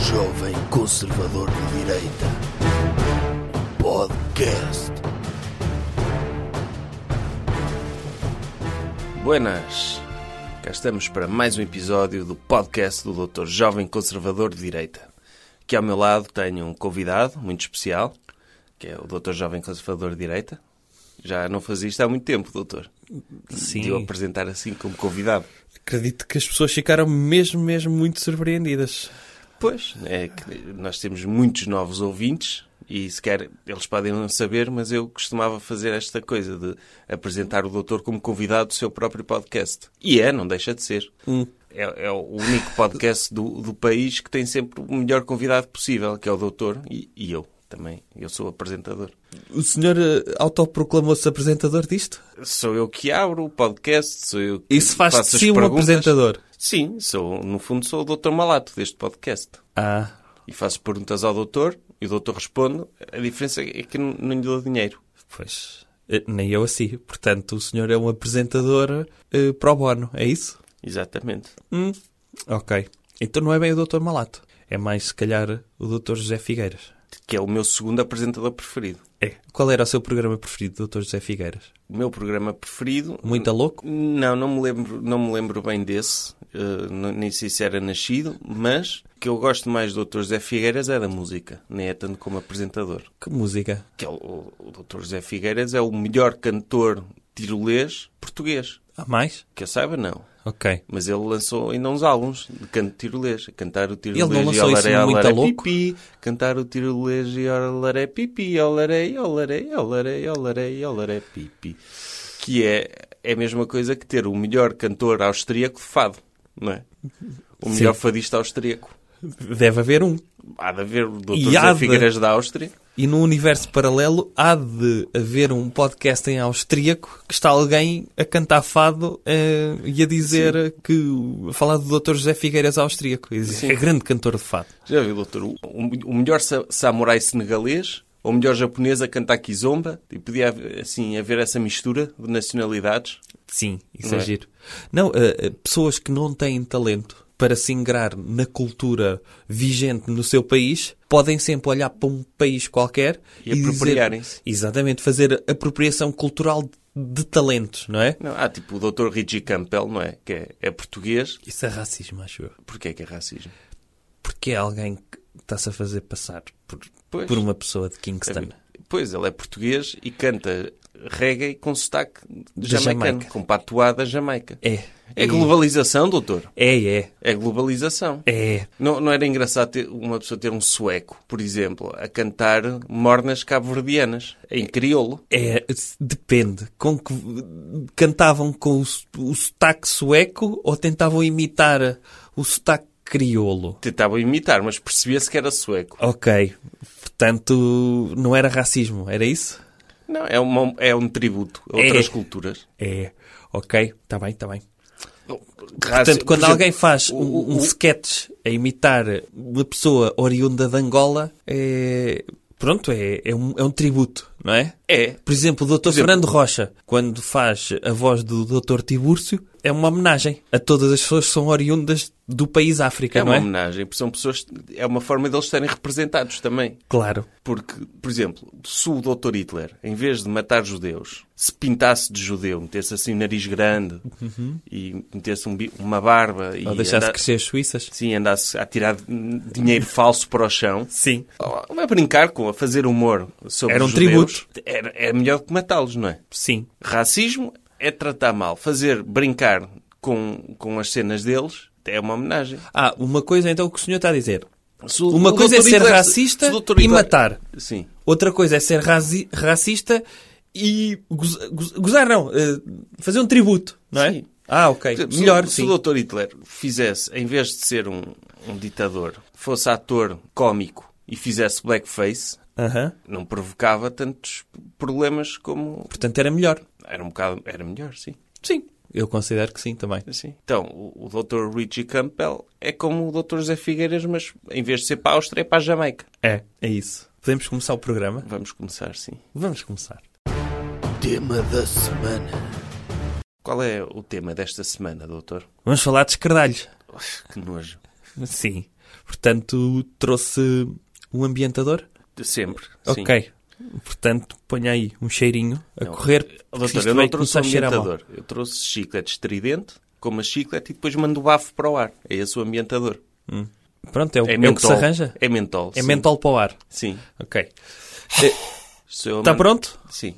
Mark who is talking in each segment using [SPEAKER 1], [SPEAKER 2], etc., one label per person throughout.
[SPEAKER 1] Jovem Conservador de Direita. Podcast.
[SPEAKER 2] Buenas! Cá estamos para mais um episódio do podcast do Dr. Jovem Conservador de Direita. Aqui ao meu lado tenho um convidado muito especial, que é o Dr. Jovem Conservador de Direita. Já não fazia isto há muito tempo, doutor.
[SPEAKER 3] Sim.
[SPEAKER 2] De o apresentar assim como convidado.
[SPEAKER 3] Acredito que as pessoas ficaram mesmo, mesmo muito surpreendidas.
[SPEAKER 2] Pois, é que nós temos muitos novos ouvintes e sequer eles podem não saber, mas eu costumava fazer esta coisa de apresentar o doutor como convidado do seu próprio podcast. E é, não deixa de ser.
[SPEAKER 3] Hum.
[SPEAKER 2] É, é o único podcast do, do país que tem sempre o melhor convidado possível, que é o doutor e, e eu também. Eu sou apresentador.
[SPEAKER 3] O senhor eh, autoproclamou-se apresentador disto?
[SPEAKER 2] Sou eu que abro o podcast, sou eu que
[SPEAKER 3] Isso faz de
[SPEAKER 2] faço as
[SPEAKER 3] si um
[SPEAKER 2] perguntas.
[SPEAKER 3] apresentador.
[SPEAKER 2] Sim, sou, no fundo sou o doutor Malato deste podcast.
[SPEAKER 3] Ah.
[SPEAKER 2] e faço perguntas Então, ao doutor e o doutor responde. A diferença é que não não lhe dou dinheiro.
[SPEAKER 3] Pois. eh, Nem eu assim. Portanto, o senhor é um apresentador eh, pro bono, é isso?
[SPEAKER 2] Exatamente.
[SPEAKER 3] Hum. Ok. Então não é bem o Dr. Malato. É mais, se calhar, o Dr. José Figueiras.
[SPEAKER 2] Que é o meu segundo apresentador preferido.
[SPEAKER 3] É. Qual era o seu programa preferido, Dr. José Figueiras?
[SPEAKER 2] O meu programa preferido.
[SPEAKER 3] Muito a louco?
[SPEAKER 2] Não, não me lembro, não me lembro bem desse. eh, não- nem sei se era nascido, mas o que eu gosto mais do Dr. José Figueiras é da música, nem é tanto como apresentador.
[SPEAKER 3] Que música.
[SPEAKER 2] Que é o, o, o Dr. José Figueiras é o melhor cantor tirolês português.
[SPEAKER 3] Há mais?
[SPEAKER 2] Que eu saiba, não.
[SPEAKER 3] Ok.
[SPEAKER 2] Mas ele lançou ainda uns álbuns de canto tirolês. Cantar o tirolês
[SPEAKER 3] Ele não
[SPEAKER 2] e
[SPEAKER 3] lançou isso
[SPEAKER 2] olaré,
[SPEAKER 3] no Muito
[SPEAKER 2] olaré,
[SPEAKER 3] Louco?
[SPEAKER 2] pipi. Cantar o tirolês e olaré, pipi. Olaré, olaré, olaré, olaré, olaré, pipi. Que é, é a mesma coisa que ter o melhor cantor austríaco de fado, não é? O melhor fadista austríaco.
[SPEAKER 3] Deve haver um.
[SPEAKER 2] Há de haver o Dr.
[SPEAKER 3] E
[SPEAKER 2] José
[SPEAKER 3] há de-
[SPEAKER 2] Figueiras da Áustria.
[SPEAKER 3] E num universo paralelo há de haver um podcast em austríaco que está alguém a cantar fado eh, e a dizer que. a falar do Dr. José Figueiras austríaco. E dizer,
[SPEAKER 2] Sim.
[SPEAKER 3] é grande cantor de fado.
[SPEAKER 2] Já viu, doutor? O, o- o melhor sa- samurai senegalês, ou o melhor japonês a cantar kizomba. E podia haver, assim, haver essa mistura de nacionalidades.
[SPEAKER 3] Sim, isso
[SPEAKER 2] Não
[SPEAKER 3] é
[SPEAKER 2] é?
[SPEAKER 3] giro. Não, eh, eh, pessoas que não têm talento para se ingrar na cultura vigente no seu país podem sempre olhar para um país qualquer
[SPEAKER 2] E
[SPEAKER 3] dizer-
[SPEAKER 2] apropriarem-se.
[SPEAKER 3] Exatamente, fazer apropriação cultural de, de talentos, não é?
[SPEAKER 2] Não, há tipo o Dr. Richie Campbell, não é? Que é, é português.
[SPEAKER 3] Isso é racismo, acho eu.
[SPEAKER 2] Porquê que é racismo?
[SPEAKER 3] Porque é alguém que está-se a fazer passar por,
[SPEAKER 2] Pois.
[SPEAKER 3] por uma pessoa de
[SPEAKER 2] É
[SPEAKER 3] Kingston.
[SPEAKER 2] bem- Pois, ele é português e canta reggae com sotaque
[SPEAKER 3] Da
[SPEAKER 2] jamaicano,
[SPEAKER 3] Jamaica.
[SPEAKER 2] com patuada jamaica.
[SPEAKER 3] É.
[SPEAKER 2] É globalização, doutor.
[SPEAKER 3] É, é.
[SPEAKER 2] É globalização.
[SPEAKER 3] É.
[SPEAKER 2] Não, não era engraçado ter- uma pessoa ter um sueco, por exemplo, a cantar mornas cabo-verdianas, em crioulo.
[SPEAKER 3] É, depende. Com que cantavam com o, s- o sotaque sueco ou tentavam imitar o sotaque crioulo?
[SPEAKER 2] Tentavam imitar, mas percebia-se que era sueco.
[SPEAKER 3] Ok. Portanto, não era racismo, era isso?
[SPEAKER 2] Não, é, uma- é um tributo a
[SPEAKER 3] É.
[SPEAKER 2] outras culturas.
[SPEAKER 3] É. Ok, está bem, está bem.
[SPEAKER 2] Raci-
[SPEAKER 3] Portanto,
[SPEAKER 2] por
[SPEAKER 3] quando
[SPEAKER 2] exemplo,
[SPEAKER 3] alguém faz
[SPEAKER 2] o-
[SPEAKER 3] um, um
[SPEAKER 2] o-
[SPEAKER 3] sketch a imitar uma pessoa oriunda de Angola, é... pronto, é, é, um, é um tributo, não é?
[SPEAKER 2] É,
[SPEAKER 3] Por exemplo, o Dr.
[SPEAKER 2] exemplo-
[SPEAKER 3] Fernando Rocha, quando faz a voz do Dr. Tibúrcio, é uma homenagem a todas as pessoas que são oriundas do país África,
[SPEAKER 2] É
[SPEAKER 3] não
[SPEAKER 2] uma
[SPEAKER 3] é?
[SPEAKER 2] homenagem, porque são pessoas. É uma forma deles estarem representados também.
[SPEAKER 3] Claro.
[SPEAKER 2] Porque, por exemplo, se o Dr. Hitler, em vez de matar judeus, se pintasse de judeu, metesse assim um nariz grande e metesse um bi- uma barba e
[SPEAKER 3] Ou deixar-se
[SPEAKER 2] anda-
[SPEAKER 3] crescer as suíças.
[SPEAKER 2] sim, andasse a tirar hum, dinheiro falso para o chão,
[SPEAKER 3] Sim.
[SPEAKER 2] não é brincar com, a fazer humor sobre
[SPEAKER 3] Era um
[SPEAKER 2] os judeus,
[SPEAKER 3] tributo.
[SPEAKER 2] Era, é melhor que matá-los, não é?
[SPEAKER 3] Sim.
[SPEAKER 2] Racismo é tratar mal. Fazer brincar com, com as cenas deles é uma homenagem.
[SPEAKER 3] Ah, uma coisa então que o senhor está a dizer.
[SPEAKER 2] Se o-
[SPEAKER 3] Uma
[SPEAKER 2] o
[SPEAKER 3] coisa é
[SPEAKER 2] Dr.
[SPEAKER 3] ser
[SPEAKER 2] Hitler-
[SPEAKER 3] racista
[SPEAKER 2] se o Dr.
[SPEAKER 3] e
[SPEAKER 2] Hitler-
[SPEAKER 3] matar.
[SPEAKER 2] Sim.
[SPEAKER 3] Outra coisa é ser razi- racista e goza- goza- gozar, não, eh, fazer um tributo, não é?
[SPEAKER 2] Sim.
[SPEAKER 3] Ah, ok.
[SPEAKER 2] Se-
[SPEAKER 3] Melhor,
[SPEAKER 2] se,
[SPEAKER 3] sim.
[SPEAKER 2] o Dr. Hitler fizesse, em vez de ser um, um ditador, fosse ator cómico e fizesse blackface,
[SPEAKER 3] Aham.
[SPEAKER 2] não provocava tantos problemas como.
[SPEAKER 3] Portanto, era melhor.
[SPEAKER 2] Era um bocado. Era melhor, sim.
[SPEAKER 3] Sim. Eu considero que sim também.
[SPEAKER 2] Assim. Então, o, o Dr. Richie Campbell é como o Dr. José Figueiras, mas em vez de ser para a Áustria, é para a Jamaica.
[SPEAKER 3] É, é isso. Podemos começar o programa?
[SPEAKER 2] Vamos começar, sim.
[SPEAKER 3] Vamos começar.
[SPEAKER 1] Tema da semana.
[SPEAKER 2] Qual é o tema desta semana, doutor?
[SPEAKER 3] Vamos falar de escardalhos.
[SPEAKER 2] Que nojo.
[SPEAKER 3] Sim. Portanto, trouxe um ambientador?
[SPEAKER 2] De Sempre. Sim.
[SPEAKER 3] Ok. Portanto, ponha aí um cheirinho a
[SPEAKER 2] Não,
[SPEAKER 3] correr.
[SPEAKER 2] Ó,
[SPEAKER 3] porque
[SPEAKER 2] Doutor,
[SPEAKER 3] isto
[SPEAKER 2] eu
[SPEAKER 3] vai
[SPEAKER 2] não trouxe
[SPEAKER 3] começar
[SPEAKER 2] um
[SPEAKER 3] a cheirar mal.
[SPEAKER 2] ambientador. Eu trouxe chiclete estridente, como a chiclete, e depois mando o bafo para o ar. É esse o ambientador.
[SPEAKER 3] Pronto, é o,
[SPEAKER 2] É,
[SPEAKER 3] é o
[SPEAKER 2] mentol.
[SPEAKER 3] que se arranja.
[SPEAKER 2] É mentol.
[SPEAKER 3] É
[SPEAKER 2] sim.
[SPEAKER 3] mentol para o ar.
[SPEAKER 2] Sim. É,
[SPEAKER 3] Ok.
[SPEAKER 2] Seu
[SPEAKER 3] Está
[SPEAKER 2] amante-
[SPEAKER 3] pronto?
[SPEAKER 2] Sim.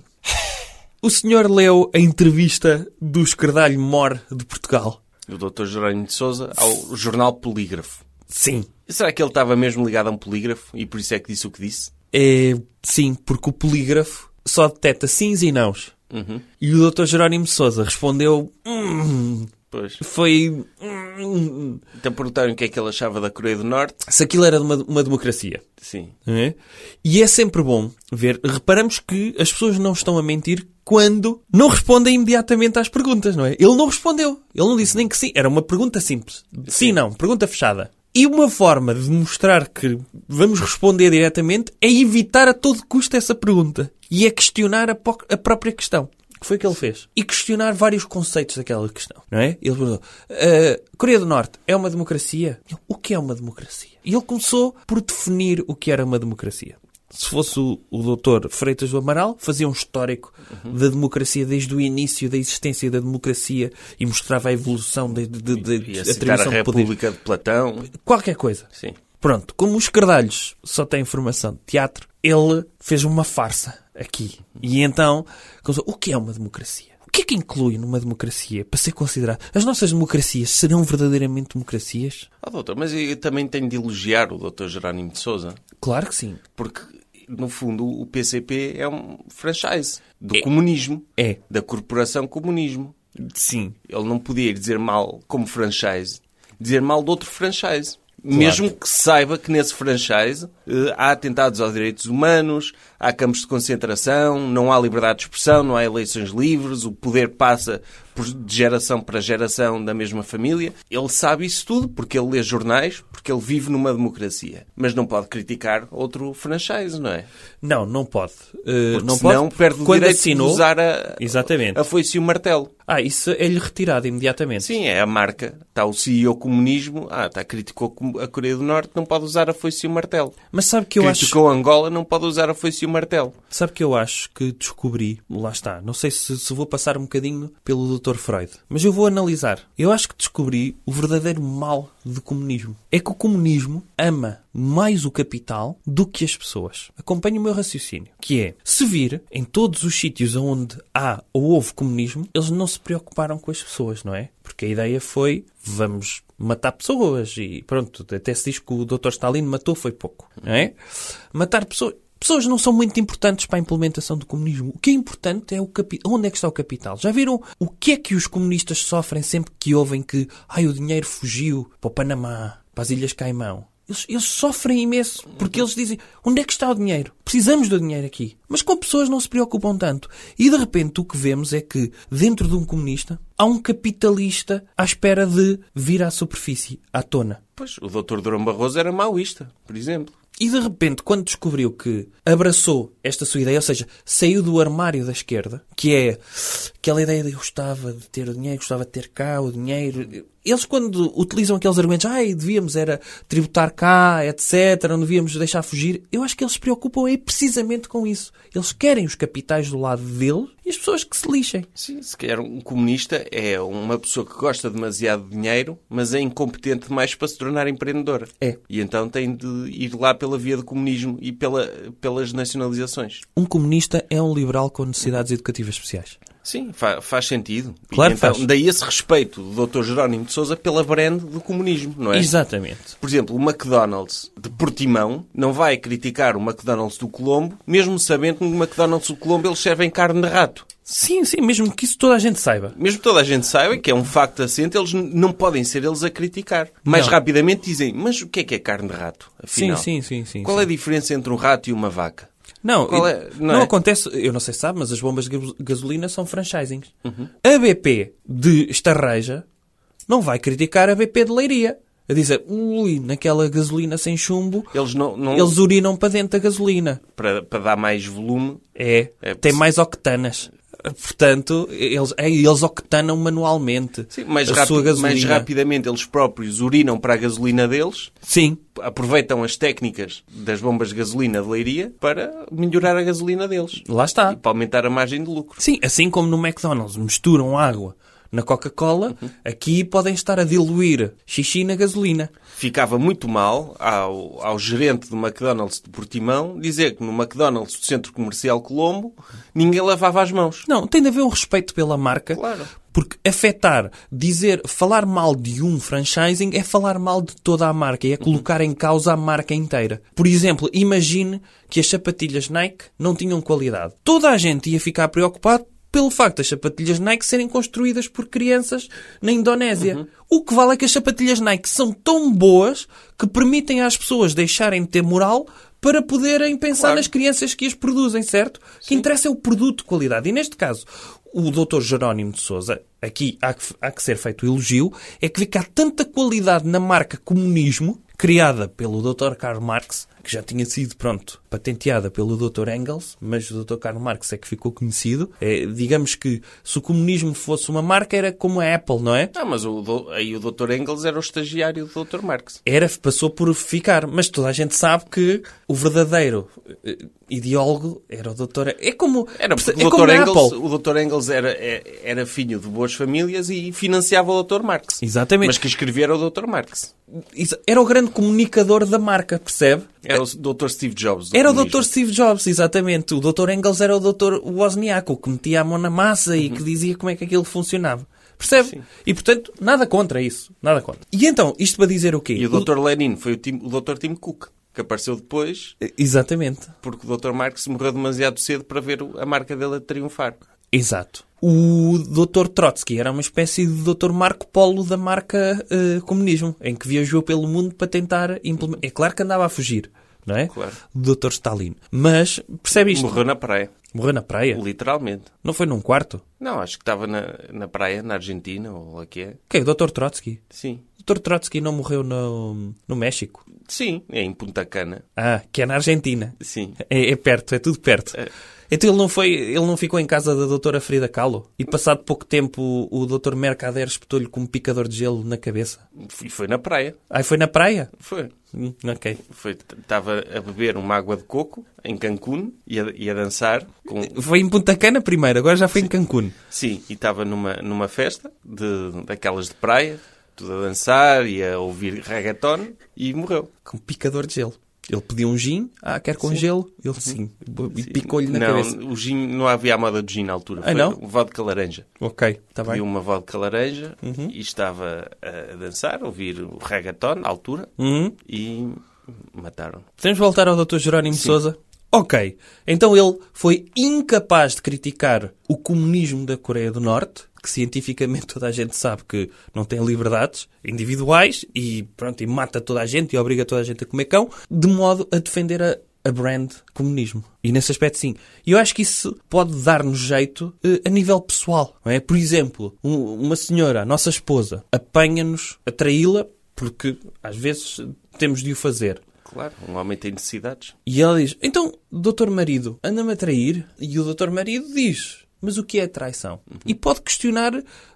[SPEAKER 3] O senhor leu a entrevista do escardalho mor de Portugal?
[SPEAKER 2] O Dr. Jerónimo de Souza ao jornal Polígrafo.
[SPEAKER 3] Sim.
[SPEAKER 2] E Será que ele estava mesmo ligado a um polígrafo e por isso é que disse o que disse?
[SPEAKER 3] É, sim, porque o polígrafo só detecta sims e nãos.
[SPEAKER 2] Uhum.
[SPEAKER 3] E o Dr. Jerónimo de Souza respondeu... "Hum,
[SPEAKER 2] Pois.
[SPEAKER 3] foi... hum,
[SPEAKER 2] Então perguntaram o que é que ele achava da Coreia do Norte.
[SPEAKER 3] se aquilo era de uma, uma democracia.
[SPEAKER 2] Sim.
[SPEAKER 3] não é? E é sempre bom ver... Reparamos que as pessoas não estão a mentir quando não respondem imediatamente às perguntas, não é? Ele não respondeu. Ele não disse nem que sim. Era uma pergunta simples. Sim, não. Pergunta fechada. E uma forma de mostrar que vamos responder diretamente é evitar a todo custo essa pergunta. E é questionar a, po- a própria questão. Que foi o que ele fez. E questionar vários conceitos daquela questão, não é? Ele perguntou, "Ah, Coreia do Norte é uma democracia? Ele, O que é uma democracia? E ele começou por definir o que era uma democracia. Se fosse o, o doutor Freitas do Amaral, fazia um histórico
[SPEAKER 2] Uhum.
[SPEAKER 3] da democracia desde o início da existência da democracia e mostrava a evolução da de, de, de
[SPEAKER 2] E a citar a
[SPEAKER 3] atribuição de poder.
[SPEAKER 2] República de Platão.
[SPEAKER 3] Qualquer coisa.
[SPEAKER 2] Sim.
[SPEAKER 3] Pronto, como os Cardalhos só têm formação de teatro, ele fez uma farsa aqui. E então, começou, o que é uma democracia? O que é que inclui numa democracia para ser considerado? As nossas democracias serão verdadeiramente democracias?
[SPEAKER 2] Ah, doutor, mas eu também tenho de elogiar o Dr. Jerónimo de Souza,
[SPEAKER 3] Claro que sim.
[SPEAKER 2] porque, no fundo, o PCP é um franchise do comunismo,
[SPEAKER 3] É.
[SPEAKER 2] da corporação comunismo.
[SPEAKER 3] Sim.
[SPEAKER 2] Ele não podia ir dizer mal como franchise, dizer mal de outro franchise. Mesmo que saiba que nesse franchise eh, há atentados aos direitos humanos, há campos de concentração, não há liberdade de expressão, não há eleições livres, o poder passa por- de geração para geração da mesma família. Ele sabe isso tudo porque ele lê jornais, porque ele vive numa democracia. Mas não pode criticar outro franchise, não é?
[SPEAKER 3] Não, não pode. Uh,
[SPEAKER 2] Porque
[SPEAKER 3] não
[SPEAKER 2] senão
[SPEAKER 3] pode.
[SPEAKER 2] perde o
[SPEAKER 3] Quando é
[SPEAKER 2] direito
[SPEAKER 3] assinou...
[SPEAKER 2] de usar a,
[SPEAKER 3] Exatamente.
[SPEAKER 2] a foice e o martelo.
[SPEAKER 3] Ah, isso é-lhe retirado imediatamente.
[SPEAKER 2] Sim, é a marca. Está o CEO comunismo. Ah, está, criticou com- a Coreia do Norte, não pode usar a foice e o martelo.
[SPEAKER 3] Mas sabe que eu acho...
[SPEAKER 2] criticou Angola, não pode usar a foice e o martelo.
[SPEAKER 3] Sabe que eu acho que descobri, lá está, não sei se, se vou passar um bocadinho pelo Dr. Freud, mas eu vou analisar. Eu acho que descobri o verdadeiro mal do comunismo. É que o comunismo ama mais o capital do que as pessoas. Acompanhe o meu raciocínio, que é, se vir em todos os sítios onde há ou houve comunismo, eles não se preocuparam com as pessoas, não é? Porque a ideia foi, vamos matar pessoas e pronto, até se diz que o Dr. Stalin matou foi pouco, não é? Matar pessoas... Pessoas não são muito importantes para a implementação do comunismo. O que é importante é o capi... onde é que está o capital. Já viram o que é que os comunistas sofrem sempre que ouvem que ai, o dinheiro fugiu para o Panamá, para as Ilhas Caimão? Eles, eles sofrem imenso porque eles dizem onde é que está o dinheiro? Precisamos do dinheiro aqui. Mas com pessoas não se preocupam tanto. E de repente o que vemos é que dentro de um comunista há um capitalista à espera de vir à superfície, à tona.
[SPEAKER 2] Pois, o Dr. Durão Barroso era maoísta, por exemplo.
[SPEAKER 3] E de repente, quando descobriu que abraçou esta sua ideia, ou seja, saiu do armário da esquerda, que é aquela ideia de eu gostava de ter o dinheiro, gostava de ter cá o dinheiro. Eles, quando utilizam aqueles argumentos, ai, devíamos era tributar cá, etc., não devíamos deixar fugir, eu acho que eles se preocupam é precisamente com isso. Eles querem os capitais do lado deles e as pessoas que se lixem.
[SPEAKER 2] Sim, se calhar um comunista é uma pessoa que gosta demasiado de dinheiro, mas é incompetente demais para se tornar empreendedora.
[SPEAKER 3] É.
[SPEAKER 2] E então tem de ir lá pela via do comunismo e pela, pelas nacionalizações.
[SPEAKER 3] Um comunista é um liberal com necessidades educativas especiais.
[SPEAKER 2] Sim, fa- faz sentido. E
[SPEAKER 3] Claro que
[SPEAKER 2] então,
[SPEAKER 3] faz.
[SPEAKER 2] Daí esse respeito do Dr. Jerónimo de Souza pela brand do comunismo, não é?
[SPEAKER 3] Exatamente.
[SPEAKER 2] Por exemplo, o McDonald's de Portimão não vai criticar o McDonald's do Colombo, mesmo sabendo que no McDonald's do Colombo eles servem carne de rato.
[SPEAKER 3] Sim, sim, mesmo que isso toda a gente saiba.
[SPEAKER 2] Mesmo que toda a gente saiba que é um facto assente, eles n- não podem ser eles a criticar. Mais
[SPEAKER 3] Não.
[SPEAKER 2] rapidamente dizem, mas o que é que é carne de rato? Afinal,
[SPEAKER 3] Sim, sim, sim, sim.
[SPEAKER 2] Qual é a diferença entre um rato e uma vaca?
[SPEAKER 3] Não,
[SPEAKER 2] Qual
[SPEAKER 3] e-
[SPEAKER 2] é- não
[SPEAKER 3] não,
[SPEAKER 2] é?
[SPEAKER 3] acontece, eu não sei se sabe, mas as bombas de gaso- gasolina são franchisings.
[SPEAKER 2] Uhum.
[SPEAKER 3] A BP de Estarreja não vai criticar a BP de Leiria. A dizer, ui, naquela gasolina sem chumbo,
[SPEAKER 2] Eles não, não
[SPEAKER 3] eles urinam para dentro da gasolina.
[SPEAKER 2] para, para dar mais volume,
[SPEAKER 3] É,
[SPEAKER 2] É,
[SPEAKER 3] tem
[SPEAKER 2] se-
[SPEAKER 3] mais octanas. Portanto, eles, é, eles octanam manualmente
[SPEAKER 2] Sim, mais,
[SPEAKER 3] a
[SPEAKER 2] rapi-
[SPEAKER 3] sua gasolina.
[SPEAKER 2] mais rapidamente eles próprios urinam para a gasolina deles,
[SPEAKER 3] Sim,
[SPEAKER 2] aproveitam as técnicas das bombas de gasolina de leiria para melhorar a gasolina deles.
[SPEAKER 3] lá está.
[SPEAKER 2] E para aumentar a margem de lucro.
[SPEAKER 3] Sim, assim como no McDonald's misturam água na Coca-Cola,
[SPEAKER 2] Uhum.
[SPEAKER 3] aqui podem estar a diluir xixi na gasolina.
[SPEAKER 2] Ficava muito mal ao, ao gerente do McDonald's de Portimão dizer que no McDonald's do Centro Comercial Colombo ninguém lavava as mãos.
[SPEAKER 3] Não, tem de haver um respeito pela marca.
[SPEAKER 2] Claro.
[SPEAKER 3] Porque afetar, dizer, falar mal de um franchising é falar mal de toda a marca e é colocar em causa a marca inteira. Por exemplo, imagine que as sapatilhas Nike não tinham qualidade. Toda a gente ia ficar preocupado pelo facto das sapatilhas Nike serem construídas por crianças na Indonésia. O que vale é que as sapatilhas Nike são tão boas que permitem às pessoas deixarem de ter moral para poderem pensar
[SPEAKER 2] Claro.
[SPEAKER 3] nas crianças que as produzem, certo? O que interessa é o produto de qualidade. E neste caso, o Dr. Jerónimo de Souza, aqui há que, há que ser feito o elogio, é que vê que há tanta qualidade na marca comunismo, criada pelo Dr. Karl Marx, que já tinha sido, pronto, patenteada pelo Dr. Engels, mas o Dr. Karl Marx é que ficou conhecido. É, digamos que se o comunismo fosse uma marca, era como a Apple, não é?
[SPEAKER 2] Ah, mas o do- aí o Dr. Engels era o estagiário do Dr. Marx.
[SPEAKER 3] era, passou por ficar. Mas toda a gente sabe que o verdadeiro eh, ideólogo era o doutor... É como...
[SPEAKER 2] Era porque
[SPEAKER 3] é
[SPEAKER 2] o,
[SPEAKER 3] como
[SPEAKER 2] Dr.
[SPEAKER 3] na
[SPEAKER 2] Engels,
[SPEAKER 3] Apple.
[SPEAKER 2] o Dr. Engels era, é- era filho de boas famílias e financiava o Dr. Marx.
[SPEAKER 3] Exatamente.
[SPEAKER 2] Mas que escrevia era o Dr. Marx.
[SPEAKER 3] Exa- Era o grande comunicador da marca, percebe?
[SPEAKER 2] Era o Dr. Steve Jobs. do
[SPEAKER 3] É- Era o
[SPEAKER 2] comunismo.
[SPEAKER 3] Dr. Steve Jobs, exatamente. O Dr. Engels era o Dr. Wozniak, o que metia a mão na massa e que dizia como é que aquilo funcionava. Percebe? E, portanto, nada contra isso. Nada contra. E então, isto para dizer o quê?
[SPEAKER 2] E o Dr. Lenin foi o, Tim- o Dr. Tim Cook, que apareceu depois
[SPEAKER 3] O- Exatamente.
[SPEAKER 2] porque o Dr. Marx morreu demasiado cedo para ver o- a marca dele a triunfar.
[SPEAKER 3] Exato. O Dr. Trotsky era uma espécie de Dr. Marco Polo da marca eh, comunismo, em que viajou pelo mundo para tentar implementar. É claro que andava a fugir, não é?
[SPEAKER 2] Claro.
[SPEAKER 3] Do Dr. Stalin. Mas, percebe isto?
[SPEAKER 2] Morreu na praia,
[SPEAKER 3] Morreu na
[SPEAKER 2] É.
[SPEAKER 3] praia?
[SPEAKER 2] literalmente.
[SPEAKER 3] Não foi num quarto?
[SPEAKER 2] Não, acho que estava na, na praia, na Argentina, ou lá que é.
[SPEAKER 3] Quem? O Dr. Trotsky?
[SPEAKER 2] Sim.
[SPEAKER 3] O Dr. Trotsky não morreu no, no México?
[SPEAKER 2] Sim, é em Punta Cana.
[SPEAKER 3] Ah, que é na Argentina.
[SPEAKER 2] Sim.
[SPEAKER 3] É, é perto, é tudo perto. Então ele não, foi, ele não ficou em casa da doutora Frida Kahlo? E passado pouco tempo o, o Dr. Mercader espetou-lhe com um picador de gelo na cabeça?
[SPEAKER 2] E foi na praia.
[SPEAKER 3] Aí foi na praia?
[SPEAKER 2] Foi.
[SPEAKER 3] Hum, ok.
[SPEAKER 2] Foi, estava a beber uma água de coco em Cancún e a, e a dançar com.
[SPEAKER 3] Foi em Punta Cana primeiro, agora já foi em Cancún.
[SPEAKER 2] Sim, e estava numa, numa festa de, daquelas de praia, tudo a dançar e a ouvir reggaeton e morreu.
[SPEAKER 3] Com um picador de gelo. Ele pediu um gin, ah, quer com gelo? Ele sim. E picou-lhe na
[SPEAKER 2] não,
[SPEAKER 3] cabeça.
[SPEAKER 2] o gin, não havia a moda do gin na altura.
[SPEAKER 3] Ah,
[SPEAKER 2] foi
[SPEAKER 3] não?
[SPEAKER 2] um vodka laranja.
[SPEAKER 3] Ok, está
[SPEAKER 2] Pediu
[SPEAKER 3] bem. Uhum.
[SPEAKER 2] uma vodka laranja e estava a dançar, a ouvir o reggaeton à altura
[SPEAKER 3] Uhum.
[SPEAKER 2] e mataram.
[SPEAKER 3] Podemos voltar ao Dr. Jerónimo Souza? Ok. Então ele foi incapaz de criticar o comunismo da Coreia do Norte, que cientificamente toda a gente sabe que não tem liberdades individuais e pronto, e mata toda a gente e obriga toda a gente a comer cão, de modo a defender a, a brand comunismo. E nesse aspecto sim. E eu acho que isso pode dar-nos jeito eh, a nível pessoal. Não é? Por exemplo, um- uma senhora, a nossa esposa, apanha-nos a traí-la porque às vezes temos de o fazer.
[SPEAKER 2] Claro, um homem tem necessidades.
[SPEAKER 3] E ela diz: Então, doutor marido, anda-me a trair? E o doutor marido diz: Mas o que é traição?
[SPEAKER 2] Uhum.
[SPEAKER 3] E pode questionar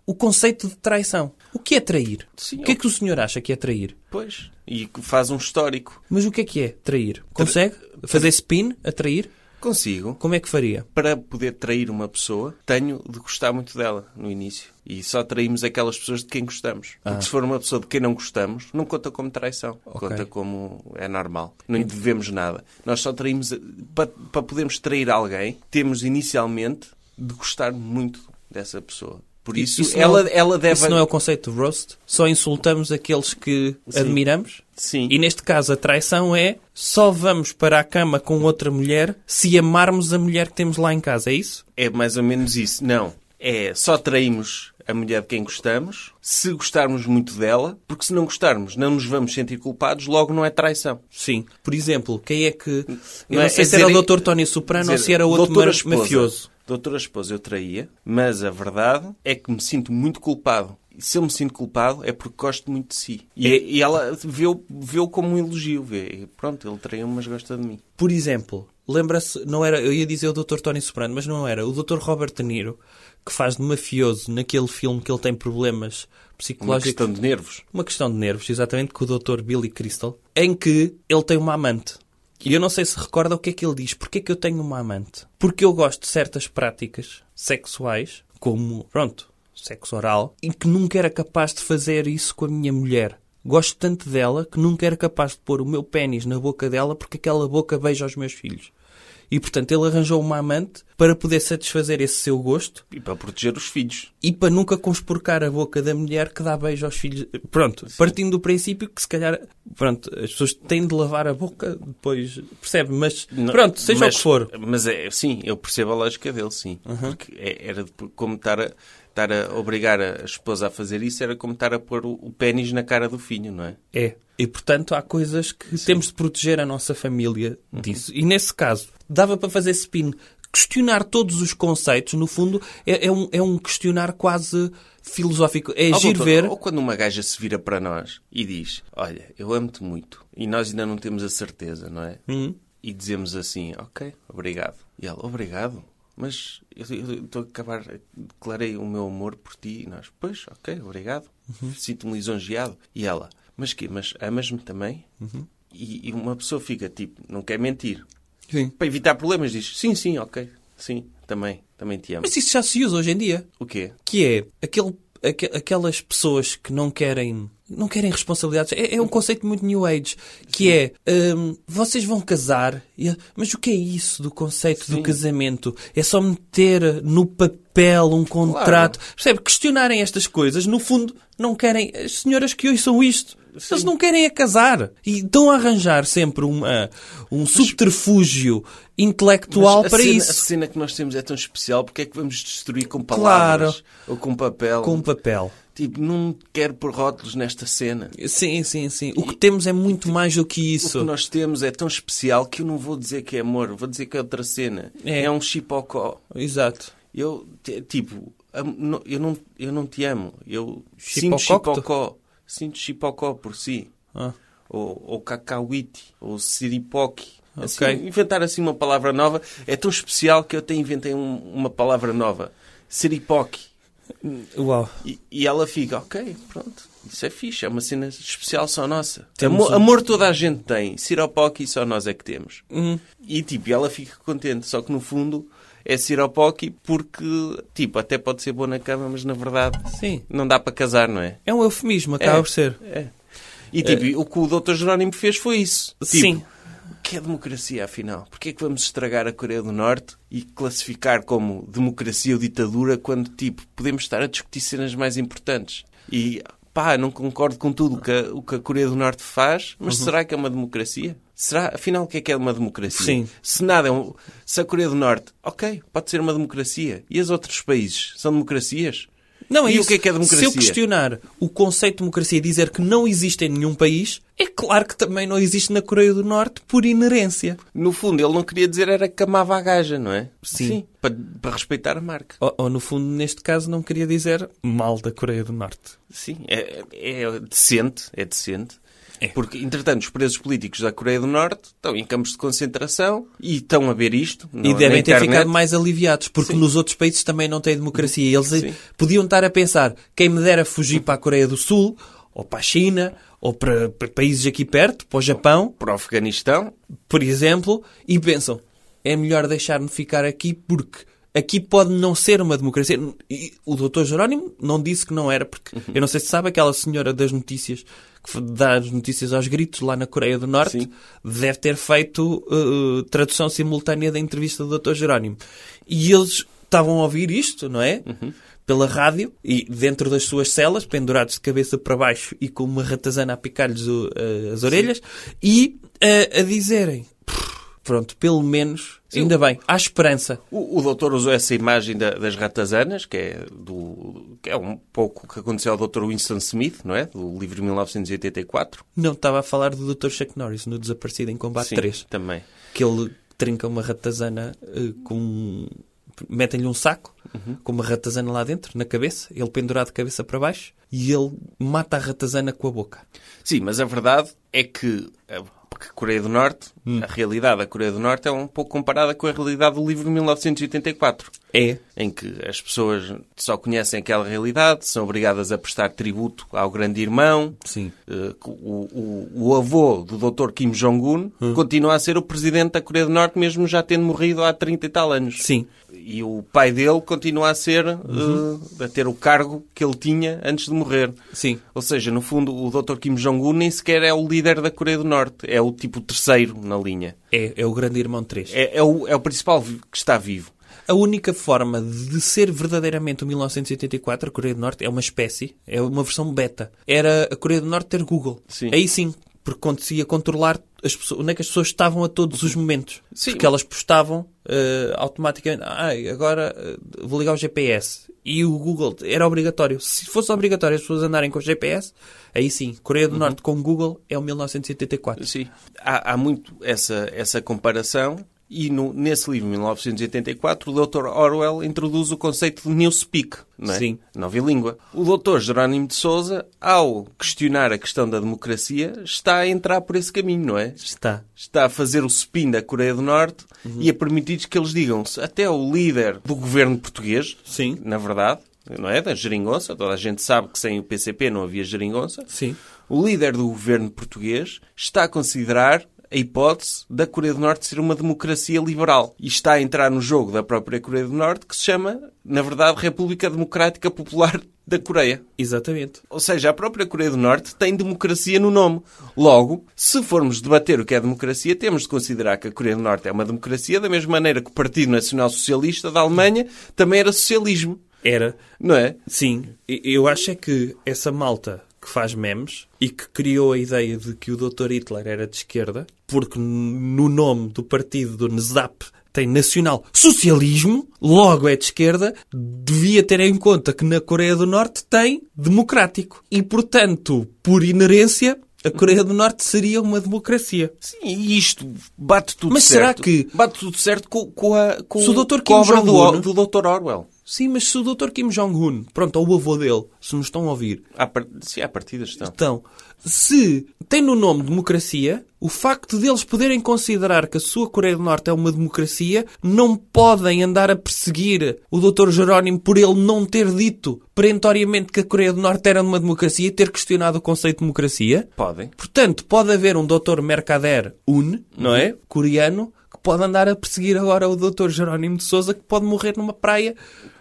[SPEAKER 3] o conceito de traição. O que é trair?
[SPEAKER 2] Sim,
[SPEAKER 3] o que é
[SPEAKER 2] eu-
[SPEAKER 3] que o senhor acha que é trair?
[SPEAKER 2] Pois. E faz um histórico.
[SPEAKER 3] Mas o que é que é trair? Consegue fazer spin a trair?
[SPEAKER 2] Consigo.
[SPEAKER 3] Como é que faria?
[SPEAKER 2] para poder trair uma pessoa, tenho de gostar muito dela no início. E só traímos aquelas pessoas de quem gostamos.
[SPEAKER 3] Ah.
[SPEAKER 2] Porque se for uma pessoa de quem não gostamos, não conta como traição. Conta como é normal. Não lhe devemos nada. Nós só traímos. Para, para podermos trair alguém, temos inicialmente de gostar muito dessa pessoa. Por isso,
[SPEAKER 3] não-
[SPEAKER 2] ela, ela deve.
[SPEAKER 3] Isso não é o conceito de roast? Só insultamos aqueles que admiramos?
[SPEAKER 2] Sim.
[SPEAKER 3] E neste caso a traição é só vamos para a cama com outra mulher se amarmos a mulher que temos lá em casa, é isso?
[SPEAKER 2] É mais ou menos isso. Não. É só traímos a mulher de quem gostamos, se gostarmos muito dela, porque se não gostarmos, não nos vamos sentir culpados, logo não é traição.
[SPEAKER 3] Sim. Por exemplo, quem é que. Eu
[SPEAKER 2] Não
[SPEAKER 3] não,
[SPEAKER 2] é-
[SPEAKER 3] sei
[SPEAKER 2] é
[SPEAKER 3] se era
[SPEAKER 2] dizer-
[SPEAKER 3] o Dr. Tony Soprano ou
[SPEAKER 2] Quer
[SPEAKER 3] se
[SPEAKER 2] dizer,
[SPEAKER 3] era outro
[SPEAKER 2] doutora
[SPEAKER 3] ma-
[SPEAKER 2] esposa.
[SPEAKER 3] mafioso.
[SPEAKER 2] Doutora esposa, eu traía, mas a verdade é que me sinto muito culpado. E se eu me sinto culpado é porque gosto muito de si. E,
[SPEAKER 3] É.
[SPEAKER 2] e ela vê-o vê como um elogio. Vê. Pronto, ele traiu, mas gosta de mim.
[SPEAKER 3] Por exemplo, Lembra-se, não era, eu ia dizer o Dr. Tony Soprano, mas não era. O Dr. Robert De Niro, que faz de mafioso naquele filme que ele tem problemas
[SPEAKER 2] Uma
[SPEAKER 3] psicológicos.
[SPEAKER 2] questão de nervos.
[SPEAKER 3] Uma questão de nervos, exatamente, com o Dr. Billy Crystal, em que ele tem uma amante. E eu não sei se recorda o que é que ele diz. Porquê que eu tenho uma amante? Porque eu gosto de certas práticas sexuais, como, pronto, sexo oral, e que nunca era capaz de fazer isso com a minha mulher. Gosto tanto dela que nunca era capaz de pôr o meu pênis na boca dela porque aquela boca beija os meus filhos. E, portanto, ele arranjou uma amante para poder satisfazer esse seu gosto
[SPEAKER 2] E para proteger os filhos.
[SPEAKER 3] e para nunca conspurcar a boca da mulher que dá beijo aos filhos. Pronto, partindo do princípio que se calhar, pronto, as pessoas têm de lavar a boca depois, percebe? Mas
[SPEAKER 2] Não-
[SPEAKER 3] pronto, seja
[SPEAKER 2] mas-
[SPEAKER 3] o que for. Uhum.
[SPEAKER 2] Mas é, sim, eu percebo a lógica dele, sim. Porque é- era de- como estar a, estar a obrigar a esposa a fazer isso, era como estar a pôr o, o pênis na cara do filho, não é?
[SPEAKER 3] É. E portanto há coisas que temos de proteger a nossa família
[SPEAKER 2] Uhum.
[SPEAKER 3] disso. E nesse caso, dava para fazer spin. Questionar todos os conceitos, no fundo, é, é um, é um questionar quase filosófico. É
[SPEAKER 2] Ó,
[SPEAKER 3] agir
[SPEAKER 2] doutor,
[SPEAKER 3] ver.
[SPEAKER 2] Ou quando uma gaja se vira para nós e diz: Olha, eu amo-te muito e nós ainda não temos a certeza, não é?
[SPEAKER 3] Uhum.
[SPEAKER 2] E dizemos assim: Ok, obrigado. E ela: Obrigado, mas eu eu estou a acabar, declarei o meu amor por ti. E nós: Pois, ok, obrigado.
[SPEAKER 3] Uhum.
[SPEAKER 2] Sinto-me lisonjeado. E ela: Mas que? Mas amas-me também?
[SPEAKER 3] Uhum.
[SPEAKER 2] E, e uma pessoa fica tipo: Não quer mentir.
[SPEAKER 3] Sim.
[SPEAKER 2] Para evitar problemas, diz: Sim, sim, ok, sim, também, também te amo.
[SPEAKER 3] Mas isso já se usa hoje em dia.
[SPEAKER 2] O quê?
[SPEAKER 3] que é aquele, aque- aquelas pessoas que não querem não querem responsabilidades. É, é um conceito muito New Age, que é hum, vocês vão casar, e- mas o que é isso do conceito do casamento? É só meter no papel um contrato. Percebe? Questionarem estas coisas, no fundo, não querem. As senhoras que hoje são isto. Eles não querem é casar. E estão a arranjar sempre uma, um subterfúgio intelectual
[SPEAKER 2] Mas a
[SPEAKER 3] para
[SPEAKER 2] cena- A
[SPEAKER 3] isso.
[SPEAKER 2] cena que nós temos é tão especial, porque é que vamos destruir com palavras ou com papel?
[SPEAKER 3] Com um papel.
[SPEAKER 2] Tipo, não quero pôr rótulos nesta cena.
[SPEAKER 3] Sim, sim, sim. O que temos é muito mais do que
[SPEAKER 2] O que
[SPEAKER 3] isso.
[SPEAKER 2] nós temos é tão especial que eu não vou dizer que é amor, vou dizer que é outra cena.
[SPEAKER 3] É.
[SPEAKER 2] É, um chipocó.
[SPEAKER 3] Exato.
[SPEAKER 2] Eu, te- tipo, am- não- eu não, eu não te amo. Eu sinto
[SPEAKER 3] Chipocócto?
[SPEAKER 2] chipocó. Sinto chipocó por si.
[SPEAKER 3] Ah.
[SPEAKER 2] Ou, ou cacauíte. Ou siripoque. Assim,
[SPEAKER 3] Ok.
[SPEAKER 2] inventar assim uma palavra nova é tão especial que eu até inventei um- uma palavra nova. Siripoque.
[SPEAKER 3] Uau.
[SPEAKER 2] E, e ela fica, ok, pronto, isso é fixe, é uma cena especial só nossa.
[SPEAKER 3] Temos
[SPEAKER 2] amor,
[SPEAKER 3] um-
[SPEAKER 2] amor toda a gente tem, Siropoki só nós é que temos.
[SPEAKER 3] Uhum.
[SPEAKER 2] E tipo, ela fica contente, só que no fundo é Siropoki porque, tipo, até pode ser boa na cama, mas na verdade
[SPEAKER 3] Sim.
[SPEAKER 2] não dá para casar, não é?
[SPEAKER 3] É um eufemismo, acaba
[SPEAKER 2] É.
[SPEAKER 3] por ser.
[SPEAKER 2] É. E tipo, o que o Dr. Jerónimo fez foi isso. Tipo,
[SPEAKER 3] É. Sim.
[SPEAKER 2] O que é democracia, afinal? Porquê é que vamos estragar a Coreia do Norte e classificar como democracia ou ditadura quando, tipo, podemos estar a discutir cenas mais importantes? E, pá, não concordo com tudo o que a, o que a Coreia do Norte faz, mas
[SPEAKER 3] Uhum.
[SPEAKER 2] será que é uma democracia? Será, afinal, o que é que é uma democracia?
[SPEAKER 3] Sim.
[SPEAKER 2] Se nada, é um- se a Coreia do Norte, ok, pode ser uma democracia. E os outros países? São democracias?
[SPEAKER 3] Não, é
[SPEAKER 2] e
[SPEAKER 3] isso.
[SPEAKER 2] o que é que é democracia?
[SPEAKER 3] Se eu questionar o conceito de democracia e dizer que não existe em nenhum país, é claro que também não existe na Coreia do Norte por inerência.
[SPEAKER 2] No fundo, ele não queria dizer era que amava a gaja, não é?
[SPEAKER 3] Sim.
[SPEAKER 2] para, para respeitar a marca.
[SPEAKER 3] Ou, ou, Oh, no fundo, neste caso, não queria dizer mal da Coreia do Norte.
[SPEAKER 2] Sim, é, é decente, é decente.
[SPEAKER 3] É.
[SPEAKER 2] Porque, entretanto, os presos políticos da Coreia do Norte estão em campos de concentração e estão a ver isto. não-
[SPEAKER 3] e
[SPEAKER 2] na
[SPEAKER 3] devem ter
[SPEAKER 2] internet.
[SPEAKER 3] ficado mais aliviados, porque nos outros países também não tem democracia. E Eles eh,
[SPEAKER 2] Sim.
[SPEAKER 3] podiam estar a pensar, quem me dera fugir para a Coreia do Sul, ou para a China, ou para, para países aqui perto, para o Japão,
[SPEAKER 2] Para o Afeganistão,
[SPEAKER 3] por exemplo, e pensam, é melhor deixar-me ficar aqui porque aqui pode não ser uma democracia. E o doutor Jerónimo não disse que não era, porque eu não sei se sabe, aquela senhora das notícias que f- dá as notícias aos gritos lá na Coreia do Norte
[SPEAKER 2] Sim.
[SPEAKER 3] deve ter feito uh, tradução simultânea da entrevista do doutor Jerónimo. E eles estavam a ouvir isto, não é? Pela rádio e dentro das suas celas, pendurados de cabeça para baixo e com uma ratazana a picar-lhes o- a- as orelhas, e uh, a dizerem: Pronto, pelo menos, ainda bem, há esperança.
[SPEAKER 2] o, o doutor usou essa imagem da- das ratazanas, que é, do, que é um pouco o que aconteceu ao doutor Winston Smith, não é? Do livro de 1984.
[SPEAKER 3] Não, estava a falar do Dr. Chuck Norris no Desaparecido em Combate
[SPEAKER 2] Sim,
[SPEAKER 3] 3.
[SPEAKER 2] Também.
[SPEAKER 3] Que ele trinca uma ratazana eh, com. Metem-lhe um saco com uma ratazana lá dentro, na cabeça, ele pendurado de cabeça para baixo e ele mata a ratazana com a boca.
[SPEAKER 2] Sim, mas a verdade é que eh, Porque Coreia do Norte,
[SPEAKER 3] Hum.
[SPEAKER 2] a realidade da Coreia do Norte é um pouco comparada com a realidade do livro de 1984.
[SPEAKER 3] É.
[SPEAKER 2] Em que as pessoas só conhecem aquela realidade, são obrigadas a prestar tributo ao grande irmão.
[SPEAKER 3] Sim.
[SPEAKER 2] Eh, o, o- o avô do Dr. Kim Jong-un continua a ser o presidente da Coreia do Norte, mesmo já tendo morrido há 30 e tal anos.
[SPEAKER 3] Sim.
[SPEAKER 2] E o pai dele continua a ser, eh, a ter o cargo que ele tinha antes de morrer.
[SPEAKER 3] Sim.
[SPEAKER 2] Ou seja, no fundo, o Dr. Kim Jong-un nem sequer é o líder da Coreia do Norte. É o tipo terceiro na linha.
[SPEAKER 3] É, é o grande irmão 3.
[SPEAKER 2] É, é o, é o principal vi- que está vivo.
[SPEAKER 3] A única forma de ser verdadeiramente o 1984, a Coreia do Norte, é uma espécie, é uma versão beta. Era a Coreia do Norte ter Google.
[SPEAKER 2] Sim.
[SPEAKER 3] Aí sim, porque conseguia controlar as pessoas, onde é que as pessoas estavam a todos os momentos.
[SPEAKER 2] Sim.
[SPEAKER 3] Porque elas postavam eh, automaticamente, ai, agora eh, vou ligar o GPS. E o Google era obrigatório. Se fosse obrigatório as pessoas andarem com o GPS, aí sim, Coreia do Norte com Google é o 1984.
[SPEAKER 2] Sim. Há, há muito essa, essa comparação. E no, nesse livro, 1984, o Dr. Orwell introduz o conceito de newspeak, não é?
[SPEAKER 3] Sim.
[SPEAKER 2] Nova língua. O Dr. Jerónimo de Souza, ao questionar a questão da democracia, está a entrar por esse caminho, não é?
[SPEAKER 3] Está.
[SPEAKER 2] está a fazer o spin da Coreia do Norte e a permitir que eles digam-se. Até o líder do governo português,
[SPEAKER 3] Sim.
[SPEAKER 2] na verdade, não é? Da geringonça, toda a gente sabe que sem o PCP não havia geringonça.
[SPEAKER 3] Sim.
[SPEAKER 2] O líder do governo português está a considerar a hipótese da Coreia do Norte ser uma democracia liberal e está a entrar no jogo da própria Coreia do Norte que se chama, na verdade, República Democrática Popular da Coreia.
[SPEAKER 3] Exatamente.
[SPEAKER 2] Ou seja, a própria Coreia do Norte tem democracia no nome. Logo, se formos debater o que é democracia, temos de considerar que a Coreia do Norte é uma democracia, da mesma maneira que o Partido Nacional Socialista da Alemanha também era socialismo.
[SPEAKER 3] Era.
[SPEAKER 2] Não é?
[SPEAKER 3] Sim, e- eu acho é que essa malta que faz memes e que criou a ideia de que o Dr. Hitler era de esquerda, porque n- no nome do partido do NSDAP tem nacional socialismo, logo é de esquerda, devia ter em conta que na Coreia do Norte tem democrático. E, portanto, por inerência, a Coreia do Norte seria uma democracia.
[SPEAKER 2] Sim, e isto bate tudo
[SPEAKER 3] Mas
[SPEAKER 2] certo.
[SPEAKER 3] será que-
[SPEAKER 2] Bate tudo certo com, com a, com,
[SPEAKER 3] Se o Dr.
[SPEAKER 2] com a
[SPEAKER 3] Kim
[SPEAKER 2] obra
[SPEAKER 3] Jong-un-
[SPEAKER 2] do, do Dr. Orwell.
[SPEAKER 3] Sim, mas se o Dr. Kim Jong-un, pronto, ou o avô dele, se nos estão a ouvir,
[SPEAKER 2] Há, par- sim, há partidas estão.
[SPEAKER 3] Então, se tem no nome democracia, o facto deles poderem considerar que a sua Coreia do Norte é uma democracia, não podem andar a perseguir o Dr. Jerónimo por ele não ter dito perentoriamente que a Coreia do Norte era uma democracia e ter questionado o conceito de democracia.
[SPEAKER 2] Podem.
[SPEAKER 3] Portanto, pode haver um Dr. Mercader Un, não é? Coreano, que pode andar a perseguir agora o Dr. Jerónimo de Souza, que pode morrer numa praia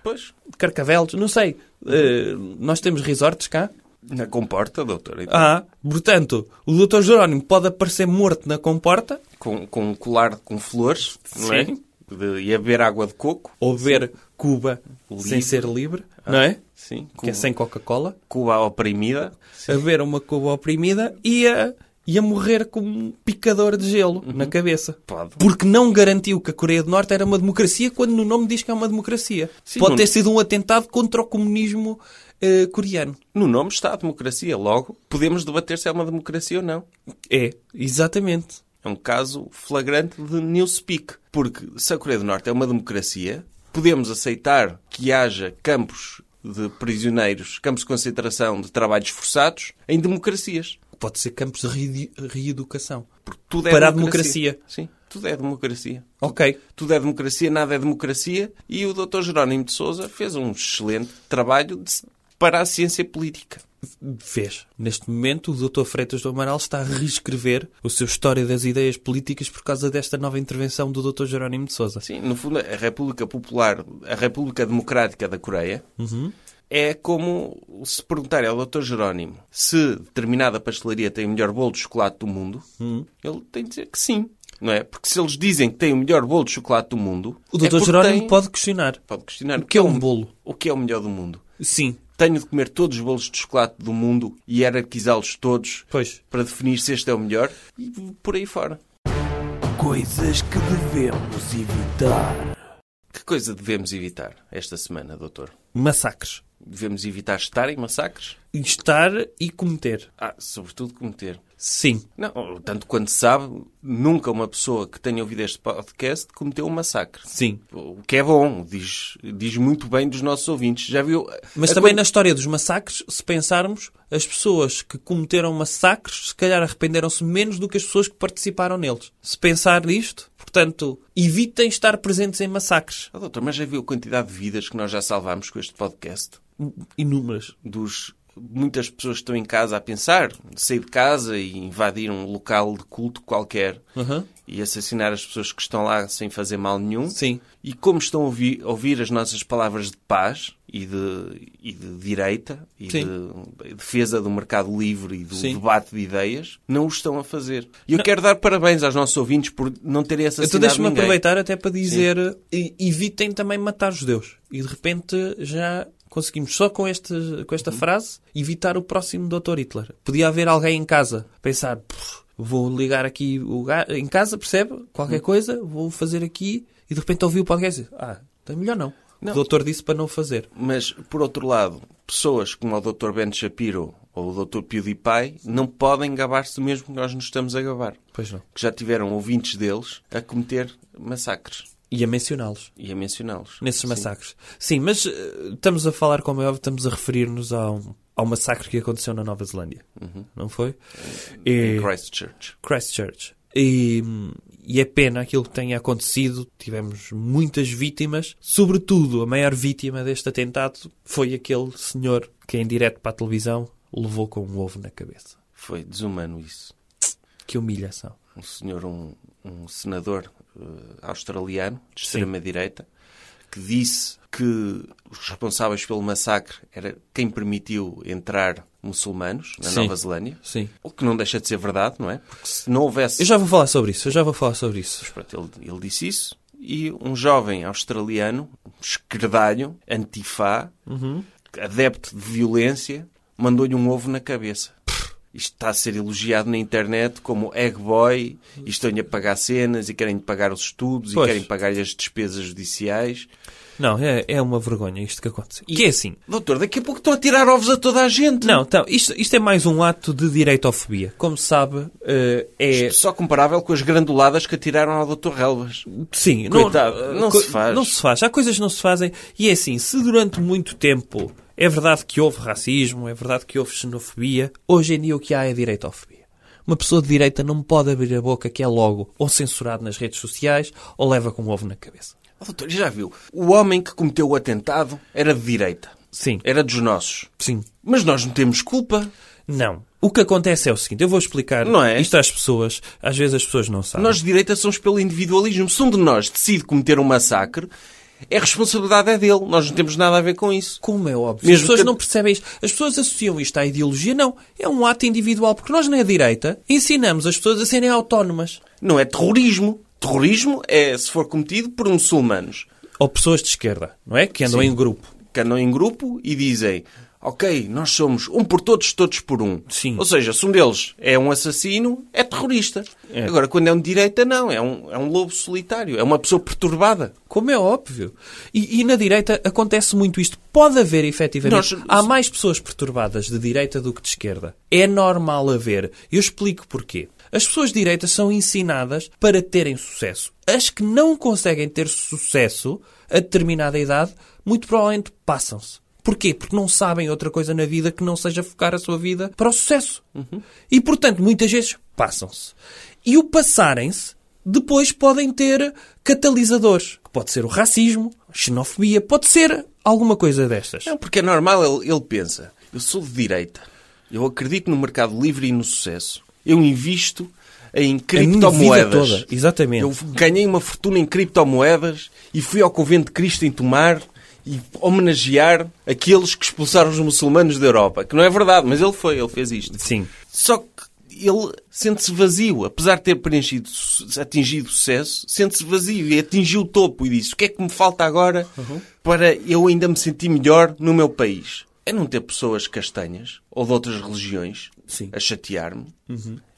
[SPEAKER 2] Pois.
[SPEAKER 3] de Carcavelos, não sei. Eh, nós temos resorts cá?
[SPEAKER 2] Na comporta, doutor.
[SPEAKER 3] Ah, portanto, o Dr. Jerónimo pode aparecer morto na comporta
[SPEAKER 2] Com, com um colar com flores, não é?
[SPEAKER 3] Sim.
[SPEAKER 2] De- e a beber água de coco.
[SPEAKER 3] ou beber Cuba sem
[SPEAKER 2] Livre. Ah,
[SPEAKER 3] ser livre, não é?
[SPEAKER 2] Sim.
[SPEAKER 3] Que é sem Coca-Cola.
[SPEAKER 2] Cuba oprimida.
[SPEAKER 3] A beber uma Cuba oprimida e a, e a morrer com um picador de gelo na cabeça.
[SPEAKER 2] Uhum. Pode.
[SPEAKER 3] Porque não garantiu que a Coreia do Norte era uma democracia quando no nome diz que é uma democracia.
[SPEAKER 2] Sim,
[SPEAKER 3] pode
[SPEAKER 2] não-
[SPEAKER 3] ter sido um atentado contra o comunismo eh, coreano.
[SPEAKER 2] No nome está a democracia. Logo, podemos debater se é uma democracia ou não.
[SPEAKER 3] É, exatamente.
[SPEAKER 2] É um caso flagrante de newspeak. Porque se a Coreia do Norte é uma democracia, podemos aceitar que haja campos de prisioneiros, campos de concentração de trabalhos forçados em democracias.
[SPEAKER 3] Pode ser campos de reedu- reeducação.
[SPEAKER 2] Porque tudo é
[SPEAKER 3] Para a
[SPEAKER 2] democracia.
[SPEAKER 3] democracia.
[SPEAKER 2] Sim, tudo é democracia.
[SPEAKER 3] Ok.
[SPEAKER 2] Tudo é democracia, nada é democracia. E o Dr. Jerónimo de Souza fez um excelente trabalho de- para a ciência política.
[SPEAKER 3] Fez. Neste momento, o Dr. Freitas do Amaral está a reescrever o seu História das Ideias Políticas por causa desta nova intervenção do Dr. Jerónimo de Souza.
[SPEAKER 2] Sim, no fundo, a República Popular, a República Democrática da Coreia,
[SPEAKER 3] Uhum.
[SPEAKER 2] é como se perguntarem ao Dr. Jerónimo se determinada pastelaria tem o melhor bolo de chocolate do mundo,
[SPEAKER 3] Uhum.
[SPEAKER 2] ele tem de dizer que sim, não é? Porque se eles dizem que tem o melhor bolo de chocolate do mundo,
[SPEAKER 3] O
[SPEAKER 2] é
[SPEAKER 3] Dr.
[SPEAKER 2] porque
[SPEAKER 3] Jerónimo
[SPEAKER 2] tem-
[SPEAKER 3] pode questionar.
[SPEAKER 2] pode questionar
[SPEAKER 3] O que é um bolo?
[SPEAKER 2] o que é o melhor do mundo.
[SPEAKER 3] Sim.
[SPEAKER 2] Tenho de comer todos os bolos de chocolate do mundo e hierarquizá-los todos
[SPEAKER 3] Pois.
[SPEAKER 2] para definir se este é o melhor e por aí fora.
[SPEAKER 1] Coisas que devemos evitar.
[SPEAKER 2] Que coisa devemos evitar esta semana, doutor?
[SPEAKER 3] Massacres.
[SPEAKER 2] Devemos evitar estar em massacres?
[SPEAKER 3] estar e cometer.
[SPEAKER 2] Ah, sobretudo cometer.
[SPEAKER 3] Sim.
[SPEAKER 2] Não, tanto quanto se sabe, nunca uma pessoa que tenha ouvido este podcast cometeu um massacre.
[SPEAKER 3] Sim.
[SPEAKER 2] O que é bom, diz, diz muito bem dos nossos ouvintes. Já viu?
[SPEAKER 3] Mas
[SPEAKER 2] a
[SPEAKER 3] também
[SPEAKER 2] quan-
[SPEAKER 3] na história dos massacres, se pensarmos, as pessoas que cometeram massacres se calhar arrependeram-se menos do que as pessoas que participaram neles. Se pensar nisto, portanto, evitem estar presentes em massacres.
[SPEAKER 2] Ah, doutor, mas já viu a quantidade de vidas que nós já salvámos com este podcast?
[SPEAKER 3] Inúmeras.
[SPEAKER 2] Dos muitas pessoas que estão em casa a pensar, sair de casa e invadir um local de culto qualquer
[SPEAKER 3] Aham.
[SPEAKER 2] e assassinar as pessoas que estão lá sem fazer mal nenhum.
[SPEAKER 3] Sim.
[SPEAKER 2] E como estão a ouvir, a ouvir as nossas palavras de paz e de, e de direita e de,
[SPEAKER 3] Sim.
[SPEAKER 2] de defesa do mercado livre e do
[SPEAKER 3] Sim.
[SPEAKER 2] debate de ideias, não o estão a fazer. E eu quero dar parabéns aos nossos ouvintes por não terem
[SPEAKER 3] Então
[SPEAKER 2] assassinado
[SPEAKER 3] deixa-me
[SPEAKER 2] ninguém.
[SPEAKER 3] aproveitar até para dizer eh, e- evitem também matar judeus. E de repente já conseguimos só com, este, com
[SPEAKER 2] Uhum.
[SPEAKER 3] esta frase evitar o próximo Dr. Hitler. Podia haver alguém em casa a pensar "Pff, vou ligar aqui o ga- em casa, percebe? Qualquer
[SPEAKER 2] Uhum.
[SPEAKER 3] coisa, vou fazer aqui e de repente ouvi o podcast e dizer, ah, então é melhor não.
[SPEAKER 2] Não.
[SPEAKER 3] O doutor disse para não fazer.
[SPEAKER 2] Mas, por outro lado, pessoas como o Dr. Ben Shapiro ou o Dr. PewDiePie não podem gabar-se do mesmo que nós nos estamos a gabar.
[SPEAKER 3] Pois não.
[SPEAKER 2] Que já tiveram ouvintes deles a cometer massacres
[SPEAKER 3] E a mencioná-los.
[SPEAKER 2] e a mencioná-los.
[SPEAKER 3] Nesses
[SPEAKER 2] Sim.
[SPEAKER 3] massacres. Sim, mas eh, estamos a falar, como é óbvio, estamos a referir-nos ao, ao massacre que aconteceu na Nova Zelândia. Não foi? E-
[SPEAKER 2] Uhum. Em Christchurch.
[SPEAKER 3] Christchurch. E, e é pena aquilo que tenha acontecido. Tivemos muitas vítimas. Sobretudo, a maior vítima deste atentado foi aquele senhor que, em direto para a televisão, levou com um ovo na cabeça.
[SPEAKER 2] Foi desumano isso.
[SPEAKER 3] Que humilhação.
[SPEAKER 2] um senhor, um, um senador eh, australiano, de extrema-direita, que disse que os responsáveis pelo massacre era quem permitiu entrar muçulmanos na
[SPEAKER 3] Sim.
[SPEAKER 2] Nova Zelândia.
[SPEAKER 3] Sim.
[SPEAKER 2] O que não deixa de ser verdade, não é? Porque se não houvesse.
[SPEAKER 3] Eu já vou falar sobre isso. Eu já vou falar sobre isso.
[SPEAKER 2] Pronto, ele, ele disse isso. E um jovem australiano, um esquerdalho, antifá,
[SPEAKER 3] Uhum.
[SPEAKER 2] adepto de violência, mandou-lhe um ovo na cabeça. Isto está a ser elogiado na internet como egg boy, e estão-lhe a pagar cenas, e querem-lhe pagar os estudos,
[SPEAKER 3] Pois.
[SPEAKER 2] e querem pagar-lhe as despesas judiciais.
[SPEAKER 3] Não, é, é uma vergonha isto que aconteceu. Que é assim.
[SPEAKER 2] Doutor, daqui a pouco estão a tirar ovos a toda a gente.
[SPEAKER 3] Não, então, isto, isto é mais um ato de direitofobia. Como se sabe, eh, é.
[SPEAKER 2] Isto só comparável com as granduladas que atiraram ao doutor Relvas.
[SPEAKER 3] Sim, eh,
[SPEAKER 2] Coitado, não se faz.
[SPEAKER 3] Não se faz. Há coisas que não se fazem. E é assim, se durante muito tempo é verdade que houve racismo, é verdade que houve xenofobia, hoje em dia o que há é direitofobia. Uma pessoa de direita não pode abrir a boca que é logo ou censurado nas redes sociais ou leva com um ovo na cabeça.
[SPEAKER 2] Oh, doutor, já viu? O homem que cometeu o atentado era de direita.
[SPEAKER 3] Sim,
[SPEAKER 2] Era dos nossos.
[SPEAKER 3] É, sim.
[SPEAKER 2] Mas nós não temos culpa.
[SPEAKER 3] Não. O que acontece é o seguinte, eu vou explicar
[SPEAKER 2] Não é?
[SPEAKER 3] isto às pessoas. Às vezes as pessoas não sabem.
[SPEAKER 2] Nós de direita somos pelo individualismo. Se um de nós decide cometer um massacre, é responsabilidade é dele. Nós não temos nada a ver com isso.
[SPEAKER 3] Como é óbvio.
[SPEAKER 2] Mesmo
[SPEAKER 3] as pessoas
[SPEAKER 2] que-
[SPEAKER 3] não percebem isto. As pessoas associam isto à ideologia. Não. É um ato individual. Porque nós, na direita, ensinamos as pessoas a serem autónomas.
[SPEAKER 2] Não é terrorismo. Terrorismo é se for cometido por muçulmanos
[SPEAKER 3] Ou pessoas de esquerda, não é? Que andam em grupo.
[SPEAKER 2] que andam em grupo e dizem. Ok, nós somos um por todos, todos por um.
[SPEAKER 3] Sim.
[SPEAKER 2] Ou seja, se um deles é um assassino, é terrorista. Agora, quando é um de direita, não. É um, é um lobo solitário. É uma pessoa perturbada.
[SPEAKER 3] Como é óbvio. E, e na direita acontece muito isto. Pode haver, efetivamente.
[SPEAKER 2] Nós-
[SPEAKER 3] Há mais pessoas perturbadas de direita do que de esquerda. É normal haver. Eu explico porquê. As pessoas de direita são ensinadas para terem sucesso. As que não conseguem ter sucesso a determinada idade, muito provavelmente passam-se. Porquê? Porque não sabem outra coisa na vida que não seja focar a sua vida para o sucesso. E, portanto, muitas vezes passam-se. E o passarem-se depois podem ter catalisadores, que pode ser o racismo, a xenofobia, pode ser alguma coisa destas.
[SPEAKER 2] Não, porque é normal, ele, ele pensa. Eu sou de direita. Eu acredito no mercado livre e no sucesso. Eu invisto em criptomoedas.
[SPEAKER 3] vida toda, exatamente.
[SPEAKER 2] Eu ganhei uma fortuna em criptomoedas e fui ao convento de Cristo em Tomar e homenagear aqueles que expulsaram os muçulmanos da Europa. Que não é verdade, mas ele foi, ele fez isto.
[SPEAKER 3] Sim.
[SPEAKER 2] Só que ele sente-se vazio, apesar de ter preenchido, su- atingido sucesso, sente-se vazio e atingiu o topo e disse: O que é que me falta agora
[SPEAKER 3] Uhum.
[SPEAKER 2] para eu ainda me sentir melhor no meu país? É não ter pessoas castanhas ou de outras religiões
[SPEAKER 3] Sim. Uhum.
[SPEAKER 2] a chatear-me.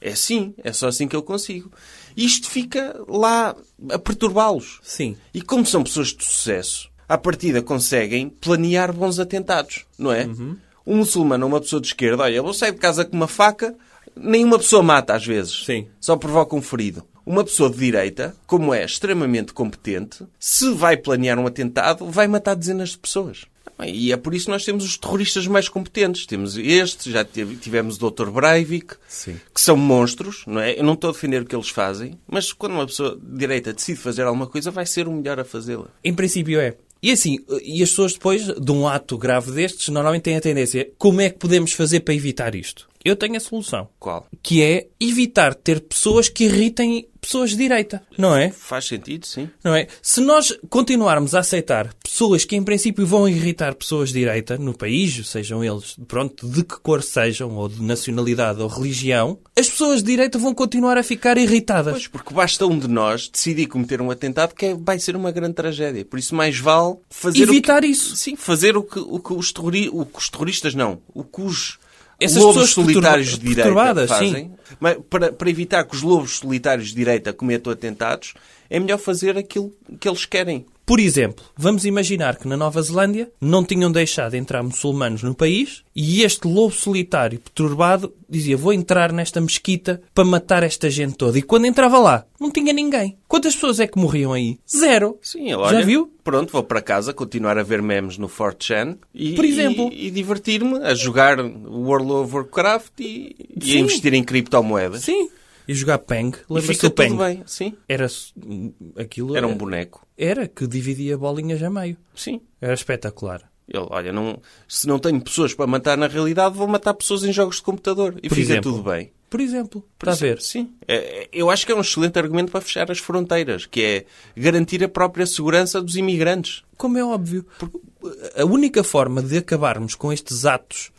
[SPEAKER 2] É assim, é só assim que eu consigo. E isto fica lá a perturbá-los.
[SPEAKER 3] Sim.
[SPEAKER 2] E como são pessoas de sucesso, à partida conseguem planear bons atentados, não é? Um muçulmano ou uma pessoa de esquerda, olha, eu saio de casa com uma faca, nenhuma pessoa mata às vezes.
[SPEAKER 3] Sim.
[SPEAKER 2] Só provoca um ferido. Uma pessoa de direita, como é extremamente competente, se vai planear um atentado, vai matar dezenas de pessoas. E é por isso que nós temos os terroristas mais competentes. Temos este, já tive- tivemos o Dr. Breivik,
[SPEAKER 3] Sim.
[SPEAKER 2] que são monstros, não é? Eu não estou a defender o que eles fazem, mas quando uma pessoa de direita decide fazer alguma coisa, vai ser o melhor a fazê-la.
[SPEAKER 3] Em princípio é. E assim, e as pessoas depois de um ato grave destes, normalmente têm a tendência, como é que podemos fazer para evitar isto? Eu tenho a solução,
[SPEAKER 2] Qual?
[SPEAKER 3] que é evitar ter pessoas que irritem pessoas de direita, não é?
[SPEAKER 2] Faz sentido, sim.
[SPEAKER 3] Não é? Se nós continuarmos a aceitar pessoas que em princípio vão irritar pessoas de direita no país, sejam eles, pronto, de que cor sejam, ou de nacionalidade ou religião, as pessoas de direita vão continuar a ficar irritadas.
[SPEAKER 2] Pois, porque basta um de nós decidir cometer um atentado que é- vai ser uma grande tragédia. Por isso mais vale fazer o
[SPEAKER 3] Evitar
[SPEAKER 2] que,
[SPEAKER 3] isso.
[SPEAKER 2] Sim, fazer o que, o que os, terrori- o que os terroristas não, o que os
[SPEAKER 3] Essas
[SPEAKER 2] lobos
[SPEAKER 3] pessoas
[SPEAKER 2] solitários
[SPEAKER 3] perturba-
[SPEAKER 2] de direita
[SPEAKER 3] perturbadas,
[SPEAKER 2] fazem.
[SPEAKER 3] sim.
[SPEAKER 2] Mas para, para evitar que os lobos solitários de direita cometam atentados, é melhor fazer aquilo que eles querem.
[SPEAKER 3] Por exemplo, vamos imaginar que na Nova Zelândia não tinham deixado entrar muçulmanos no país e este lobo solitário perturbado dizia: Vou entrar nesta mesquita para matar esta gente toda. E quando entrava lá, não tinha ninguém. Quantas pessoas é que morriam aí? Zero.
[SPEAKER 2] Sim, olha,
[SPEAKER 3] Já viu?
[SPEAKER 2] Pronto, vou para casa continuar a ver memes no 4chan e,
[SPEAKER 3] Por exemplo.
[SPEAKER 2] e, e divertir-me a jogar World of Warcraft e, e a
[SPEAKER 3] Sim.
[SPEAKER 2] investir em criptomoedas.
[SPEAKER 3] Sim. E jogar Peng.
[SPEAKER 2] E
[SPEAKER 3] Lembra-se
[SPEAKER 2] fica
[SPEAKER 3] do Peng?
[SPEAKER 2] tudo bem, sim.
[SPEAKER 3] Era s- hum, aquilo.
[SPEAKER 2] Era um boneco.
[SPEAKER 3] Era que dividia bolinhas a meio.
[SPEAKER 2] Sim.
[SPEAKER 3] Era espetacular.
[SPEAKER 2] Ele, olha, não, se não tenho pessoas para matar na realidade, vou matar pessoas em jogos de computador. E
[SPEAKER 3] Por
[SPEAKER 2] fica
[SPEAKER 3] exemplo.
[SPEAKER 2] tudo bem.
[SPEAKER 3] Por exemplo, está
[SPEAKER 2] Por
[SPEAKER 3] a
[SPEAKER 2] isso-
[SPEAKER 3] ver?
[SPEAKER 2] Sim. É, é, Eu acho que é um excelente argumento para fechar as fronteiras, que é garantir a própria segurança dos imigrantes.
[SPEAKER 3] Como é óbvio. eh, A única forma de acabarmos com estes atos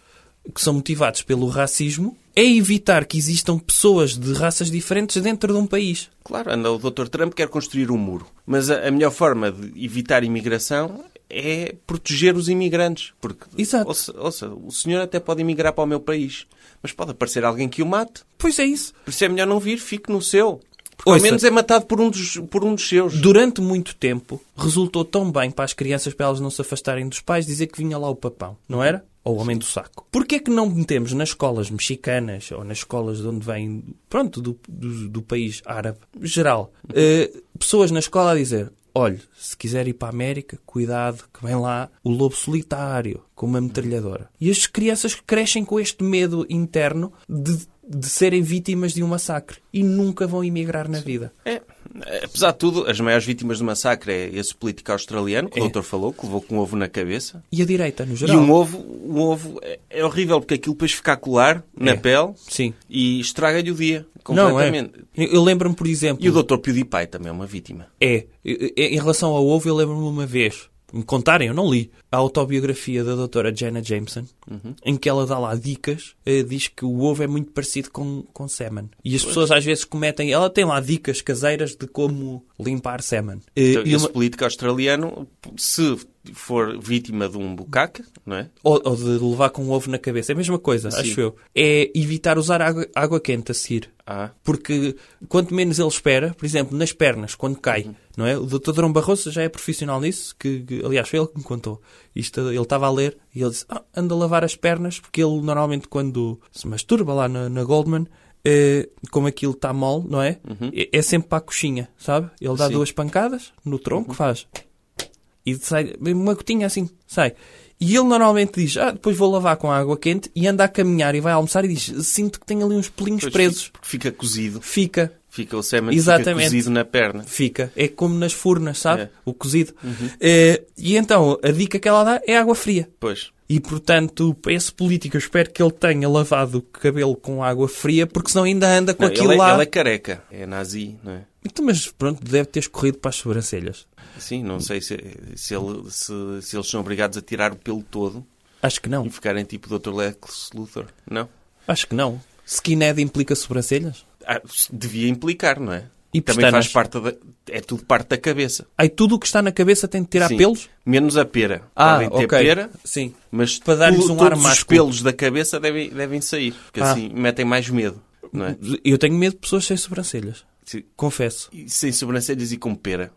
[SPEAKER 3] que são motivados pelo racismo é evitar que existam pessoas de raças diferentes dentro de um país.
[SPEAKER 2] Claro, anda o Dr. Trump quer construir um muro. Mas a, a melhor forma de evitar imigração é proteger os imigrantes. Porque,
[SPEAKER 3] Exato.
[SPEAKER 2] Ouça, ouça, o senhor até pode emigrar para o meu país, mas pode aparecer alguém que o mate.
[SPEAKER 3] Pois é isso.
[SPEAKER 2] Por isso é melhor não vir, fique no seu. Porque ao
[SPEAKER 3] Ouça.
[SPEAKER 2] menos é matado por um dos, por um dos seus.
[SPEAKER 3] Durante muito tempo, resultou tão bem para as crianças, para elas não se afastarem dos pais, dizer que vinha lá o papão, não era? Ou o homem do saco. Porquê é que não metemos nas escolas mexicanas ou nas escolas de onde vem, pronto, do, do, do país árabe geral, eh, pessoas na escola a dizer: olhe, se quiser ir para a América, cuidado, que vem lá o lobo solitário com uma metralhadora. E as crianças crescem com este medo interno de, de serem vítimas de um massacre e nunca vão emigrar na vida.
[SPEAKER 2] É, apesar de tudo, as maiores vítimas do massacre é esse político australiano
[SPEAKER 3] É.
[SPEAKER 2] que o doutor falou, que levou com um ovo na cabeça.
[SPEAKER 3] E a direita, no
[SPEAKER 2] E
[SPEAKER 3] geral.
[SPEAKER 2] um ovo, um ovo é, é horrível porque aquilo depois fica a colar na
[SPEAKER 3] É.
[SPEAKER 2] pele
[SPEAKER 3] Sim.
[SPEAKER 2] e estraga-lhe o dia
[SPEAKER 3] Não, é.
[SPEAKER 2] completamente.
[SPEAKER 3] Eu eu lembro-me, por exemplo,
[SPEAKER 2] E o doutor PewDiePie também é uma vítima.
[SPEAKER 3] é, é, é, em relação ao ovo, eu lembro-me uma vez, me contarem, eu não li, a autobiografia da doutora Jenna Jameson,
[SPEAKER 2] Uhum.
[SPEAKER 3] em que ela dá lá dicas, eh, diz que o ovo é muito parecido com, com semen. E as pessoas às vezes cometem, ela tem lá dicas caseiras de como limpar semen. Eh,
[SPEAKER 2] Então,
[SPEAKER 3] e
[SPEAKER 2] esse
[SPEAKER 3] uma-
[SPEAKER 2] político australiano, se for vítima de um bucaque, não é?
[SPEAKER 3] ou, ou de levar com um ovo na cabeça, é a mesma coisa,
[SPEAKER 2] Sim.
[SPEAKER 3] acho eu. É evitar usar água, água quente a seguir.
[SPEAKER 2] Ah,
[SPEAKER 3] Porque quanto menos ele espera, por exemplo, nas pernas, quando cai,
[SPEAKER 2] Uhum.
[SPEAKER 3] não é? O Dr. Drão Barroso já é profissional nisso, que, que, aliás foi ele que me contou. Isto, ele estava a ler e ele disse, ah, anda a lavar as pernas, porque ele normalmente quando se masturba lá na, na Goldman, eh, como aquilo está mole, não é? É, é sempre para a coxinha, sabe? Ele dá
[SPEAKER 2] Uhum. Sim. Uhum.
[SPEAKER 3] duas pancadas no tronco, faz e sai uma gotinha assim, sai. E ele normalmente diz, ah, depois vou lavar com água quente e anda a caminhar e vai almoçar e diz, sinto que tem ali uns pelinhos
[SPEAKER 2] pois
[SPEAKER 3] presos.
[SPEAKER 2] fica- Porque fica cozido.
[SPEAKER 3] Fica,
[SPEAKER 2] Fica o sêmen fica
[SPEAKER 3] Exatamente.
[SPEAKER 2] cozido na perna.
[SPEAKER 3] fica. É como nas furnas, sabe?
[SPEAKER 2] É.
[SPEAKER 3] O cozido. Eh, e então, a dica que ela dá é água fria.
[SPEAKER 2] Pois.
[SPEAKER 3] E, portanto, esse político, eu espero que ele tenha lavado o cabelo com água fria, porque senão ainda anda com
[SPEAKER 2] Não,
[SPEAKER 3] aquilo
[SPEAKER 2] ele, é,
[SPEAKER 3] lá.
[SPEAKER 2] ele é careca. É nazi, não é?
[SPEAKER 3] Então, Mas, pronto, deve ter escorrido para as sobrancelhas.
[SPEAKER 2] Sim, não sei se, se, ele- se- se eles são obrigados a tirar o pelo todo
[SPEAKER 3] Acho que não.
[SPEAKER 2] e ficarem tipo Dr. Lex Luthor. Não.
[SPEAKER 3] Acho que não. Skinhead implica sobrancelhas?
[SPEAKER 2] Ah, devia implicar, não é?
[SPEAKER 3] E
[SPEAKER 2] Também
[SPEAKER 3] pestanas?
[SPEAKER 2] faz parte da... É tudo parte da cabeça.
[SPEAKER 3] Aí tudo o que está na cabeça tem de tirar
[SPEAKER 2] Sim. Ah,
[SPEAKER 3] pelos?
[SPEAKER 2] Menos a pera.
[SPEAKER 3] Ah,
[SPEAKER 2] Podem ter pera,
[SPEAKER 3] Sim.
[SPEAKER 2] mas
[SPEAKER 3] Para dar-lhes
[SPEAKER 2] tu-
[SPEAKER 3] um ar
[SPEAKER 2] todos os
[SPEAKER 3] másculo.
[SPEAKER 2] pelos da cabeça devem, devem sair. Porque
[SPEAKER 3] Ah.
[SPEAKER 2] assim metem mais medo, não é?
[SPEAKER 3] Eu tenho medo de pessoas sem sobrancelhas.
[SPEAKER 2] Sim.
[SPEAKER 3] Confesso.
[SPEAKER 2] E sem sobrancelhas e com pera.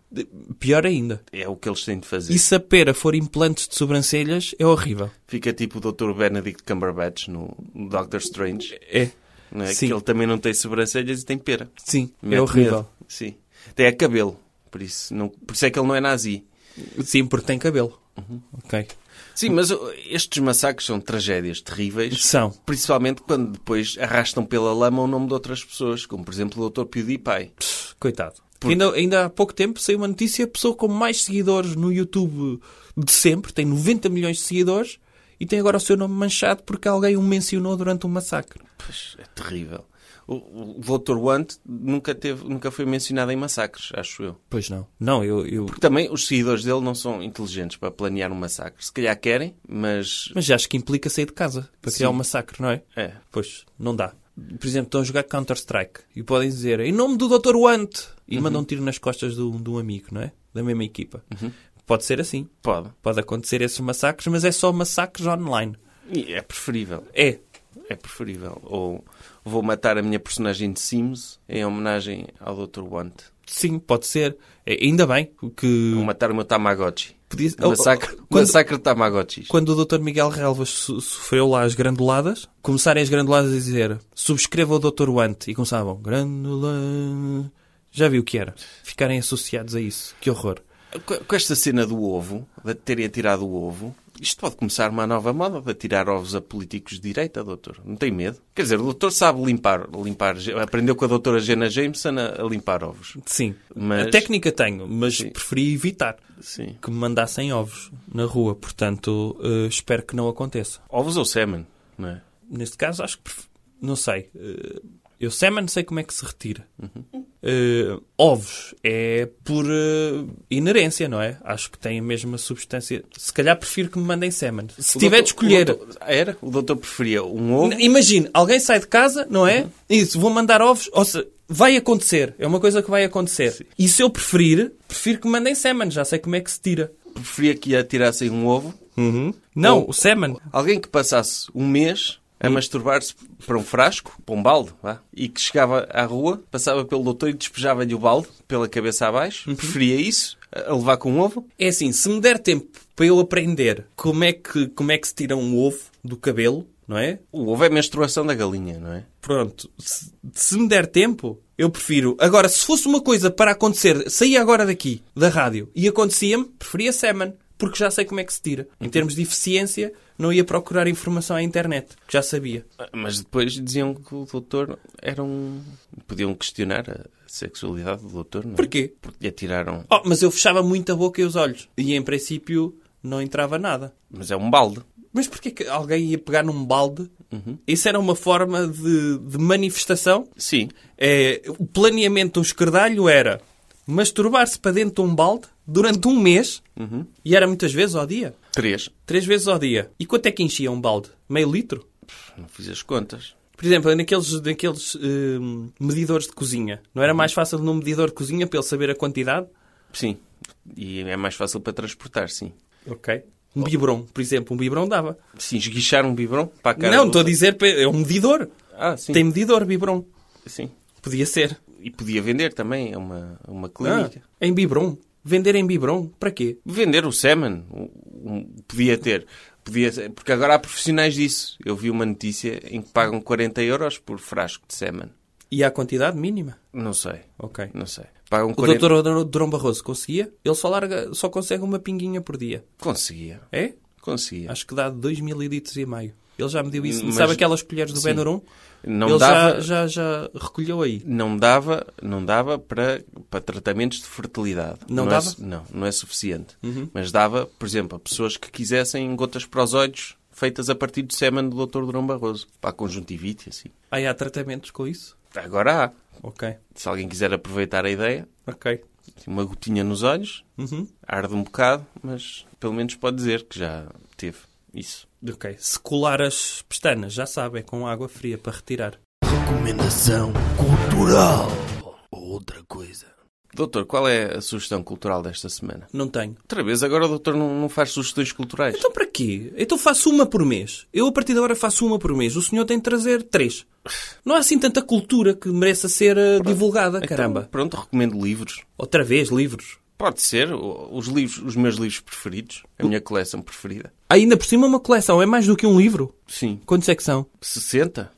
[SPEAKER 3] Pior ainda.
[SPEAKER 2] É o que eles têm de fazer.
[SPEAKER 3] E se a pera for implantes de sobrancelhas, é horrível.
[SPEAKER 2] Fica tipo o Dr. Benedict Cumberbatch no no Doctor Strange.
[SPEAKER 3] É.
[SPEAKER 2] Não é?
[SPEAKER 3] Sim.
[SPEAKER 2] Que ele também não tem sobrancelhas e tem pera.
[SPEAKER 3] Sim, é
[SPEAKER 2] Mete
[SPEAKER 3] horrível.
[SPEAKER 2] medo. Sim. Até é cabelo. Por isso, não, por isso é que ele não é nazi.
[SPEAKER 3] Sim, porque tem cabelo. Ok.
[SPEAKER 2] Sim, mas oh, estes massacres são tragédias terríveis.
[SPEAKER 3] São.
[SPEAKER 2] Principalmente quando depois arrastam pela lama o nome de outras pessoas, como por exemplo o Dr. PewDiePie.
[SPEAKER 3] Coitado. Ainda, ainda há pouco tempo saiu uma notícia, a pessoa com mais seguidores no YouTube de sempre, tem 90 milhões de seguidores, e tem agora o seu nome manchado porque alguém o mencionou durante um massacre.
[SPEAKER 2] Pois, é terrível. O, o Dr. Want nunca, teve, nunca foi mencionado em massacres, acho eu.
[SPEAKER 3] Pois não. Não, eu... eu...
[SPEAKER 2] Porque também os seguidores dele não são inteligentes para planear um massacre. Se calhar querem, mas.
[SPEAKER 3] Mas acho que implica sair de casa para criar um massacre, não é?
[SPEAKER 2] É.
[SPEAKER 3] Pois, não dá. Por exemplo, estão a jogar Counter-Strike e podem dizer em nome do Dr. Want e
[SPEAKER 2] Uhum.
[SPEAKER 3] mandam um tiro nas costas de um, de um amigo, não é? Da mesma equipa.
[SPEAKER 2] Uhum.
[SPEAKER 3] Pode ser assim.
[SPEAKER 2] Pode.
[SPEAKER 3] Pode acontecer esses massacres, mas é só massacres online.
[SPEAKER 2] E é preferível.
[SPEAKER 3] É.
[SPEAKER 2] É preferível. Ou vou matar a minha personagem de Sims em homenagem ao Dr. Want.
[SPEAKER 3] Sim, pode ser. É, ainda bem que.
[SPEAKER 2] Vou matar o meu Tamagotchi.
[SPEAKER 3] Podia-
[SPEAKER 2] um Massacre,
[SPEAKER 3] Hum. Oh, oh, quando-
[SPEAKER 2] massacre de Tamagotchis.
[SPEAKER 3] Quando o Dr. Miguel Relvas so- sofreu lá as granduladas, começarem as granduladas a dizer subscreva o Dr. Want e começavam grandula. Já vi o que era. Ficarem associados a isso. Que horror.
[SPEAKER 2] Com- Com esta cena do ovo, de terem atirado o ovo, isto pode começar uma nova moda de atirar ovos a políticos de direita, doutor. Não tem medo? Quer dizer, o doutor sabe limpar, limpar aprendeu com a doutora Jenna Jameson a, a limpar ovos.
[SPEAKER 3] Sim.
[SPEAKER 2] Mas-
[SPEAKER 3] A técnica tenho, mas preferi evitar
[SPEAKER 2] Sim.
[SPEAKER 3] que me mandassem ovos na rua. Portanto, eh, espero que não aconteça.
[SPEAKER 2] Ovos ou sêmen, não é?
[SPEAKER 3] Neste caso, acho que. pref- Não sei. Eh, eu semen sei como é que se retira.
[SPEAKER 2] Uhum.
[SPEAKER 3] Eh, ovos é por eh, inerência, não é? Acho que tem a mesma substância. Se calhar prefiro que me mandem semen. Se
[SPEAKER 2] O
[SPEAKER 3] tiver
[SPEAKER 2] doutor-
[SPEAKER 3] de escolher.
[SPEAKER 2] o doutor- era? O doutor preferia um ovo?
[SPEAKER 3] N- Imagine, alguém sai de casa, não é? Isso, vou mandar ovos. Ou seja, vai acontecer. É uma coisa que vai acontecer. E se eu preferir, prefiro que me mandem semen. Já sei como é que se tira.
[SPEAKER 2] Preferia que atirassem um ovo?
[SPEAKER 3] Não,
[SPEAKER 2] Ou-
[SPEAKER 3] o semen.
[SPEAKER 2] Alguém que passasse um mês a masturbar-se para um frasco, para um balde, vá, e que chegava à rua, passava pelo doutor e despejava-lhe o balde pela cabeça abaixo, preferia isso a a levar com um ovo?
[SPEAKER 3] É assim, se me der tempo para eu aprender como é que, como é que se tira um ovo do cabelo, não é?
[SPEAKER 2] O ovo é a menstruação da galinha, não é?
[SPEAKER 3] Pronto, se, se me der tempo, eu prefiro. Agora, se fosse uma coisa para acontecer, saía agora daqui, da rádio, e acontecia-me, preferia semen, porque já sei como é que se tira. Em termos de eficiência, não ia procurar informação à internet, que já sabia.
[SPEAKER 2] Ah, Mas depois diziam que o doutor era um... Podiam questionar a sexualidade do doutor, não é?
[SPEAKER 3] Porquê?
[SPEAKER 2] Porque lhe atiraram...
[SPEAKER 3] Oh, mas eu fechava muito a boca e os olhos, e em princípio não entrava nada.
[SPEAKER 2] Mas é um balde.
[SPEAKER 3] Mas porquê que alguém ia pegar num balde? Isso era uma forma de- de manifestação
[SPEAKER 2] Sim.
[SPEAKER 3] É, o planeamento do escardalho era masturbar-se para dentro de um balde durante um mês
[SPEAKER 2] Uhum.
[SPEAKER 3] e era muitas vezes ao dia.
[SPEAKER 2] Três.
[SPEAKER 3] Três vezes ao dia. E quanto é que enchia um balde? Meio litro?
[SPEAKER 2] Não fiz as contas.
[SPEAKER 3] Por exemplo, naqueles, naqueles hum, medidores de cozinha. Não
[SPEAKER 2] Uhum.
[SPEAKER 3] era mais fácil num medidor de cozinha para ele saber a quantidade?
[SPEAKER 2] Sim. E é mais fácil para transportar, sim.
[SPEAKER 3] Ok. Um biberon, por exemplo. Um biberon dava.
[SPEAKER 2] Sim, esguichar um biberon para a cara
[SPEAKER 3] não,
[SPEAKER 2] do
[SPEAKER 3] estou a
[SPEAKER 2] doutor.
[SPEAKER 3] dizer... pa- É um medidor.
[SPEAKER 2] Ah, sim.
[SPEAKER 3] Tem medidor, biberon.
[SPEAKER 2] Sim.
[SPEAKER 3] Podia ser.
[SPEAKER 2] E podia vender também a uma, a uma clínica.
[SPEAKER 3] Ah, em biberon. Vender em biberon. Para quê?
[SPEAKER 2] Vender o semen. o- o- Podia ter. Podia, ser- porque agora há profissionais disso. Eu vi uma notícia em que pagam 40 euros por frasco de semen.
[SPEAKER 3] E à quantidade mínima.
[SPEAKER 2] Não sei.
[SPEAKER 3] Ok.
[SPEAKER 2] Não sei. Pagam
[SPEAKER 3] O
[SPEAKER 2] 40...
[SPEAKER 3] doutor Durão Barroso conseguia? Ele só, larga, só consegue uma pinguinha por dia.
[SPEAKER 2] Conseguia.
[SPEAKER 3] É?
[SPEAKER 2] Conseguia.
[SPEAKER 3] Acho que dá 2 mililitros e meio. Ele já mediu isso.
[SPEAKER 2] Mas-
[SPEAKER 3] Sabe aquelas colheres do
[SPEAKER 2] sim.
[SPEAKER 3] Benurum?
[SPEAKER 2] Não
[SPEAKER 3] Ele
[SPEAKER 2] dava...
[SPEAKER 3] já, já, já recolheu aí.
[SPEAKER 2] Não dava, não dava para, para tratamentos de fertilidade.
[SPEAKER 3] Não
[SPEAKER 2] é
[SPEAKER 3] dava? Uhum.
[SPEAKER 2] su- não, não é suficiente. Mas dava, por exemplo, a pessoas que quisessem gotas para os olhos feitas a partir do sêmen do Dr. Durão Barroso. Para a conjuntivite, assim.
[SPEAKER 3] Aí há tratamentos com isso?
[SPEAKER 2] Agora há.
[SPEAKER 3] Ok.
[SPEAKER 2] Se alguém quiser aproveitar a ideia,
[SPEAKER 3] Ok.
[SPEAKER 2] assim, uma gotinha nos olhos,
[SPEAKER 3] Uhum.
[SPEAKER 2] arde um bocado, mas pelo menos pode dizer que já teve isso.
[SPEAKER 3] Ok. Se colar as pestanas, já sabe, é com água fria para retirar.
[SPEAKER 1] Recomendação cultural. Outra coisa.
[SPEAKER 2] Doutor, qual é a sugestão cultural desta semana?
[SPEAKER 3] Não tenho.
[SPEAKER 2] Outra vez, agora o doutor não, não faz sugestões culturais.
[SPEAKER 3] Então para quê? Então faço uma por mês. Eu a partir de agora faço uma por mês. O senhor tem de trazer três. Não há assim tanta cultura que mereça ser eh, divulgada,
[SPEAKER 2] Então,
[SPEAKER 3] caramba.
[SPEAKER 2] pronto, recomendo livros.
[SPEAKER 3] Outra vez, livros.
[SPEAKER 2] Pode ser. o- Os livros, os meus livros preferidos. A minha coleção preferida.
[SPEAKER 3] Ainda por cima uma coleção. É mais do que um livro.
[SPEAKER 2] Sim.
[SPEAKER 3] Quantos é que são?
[SPEAKER 2] 60?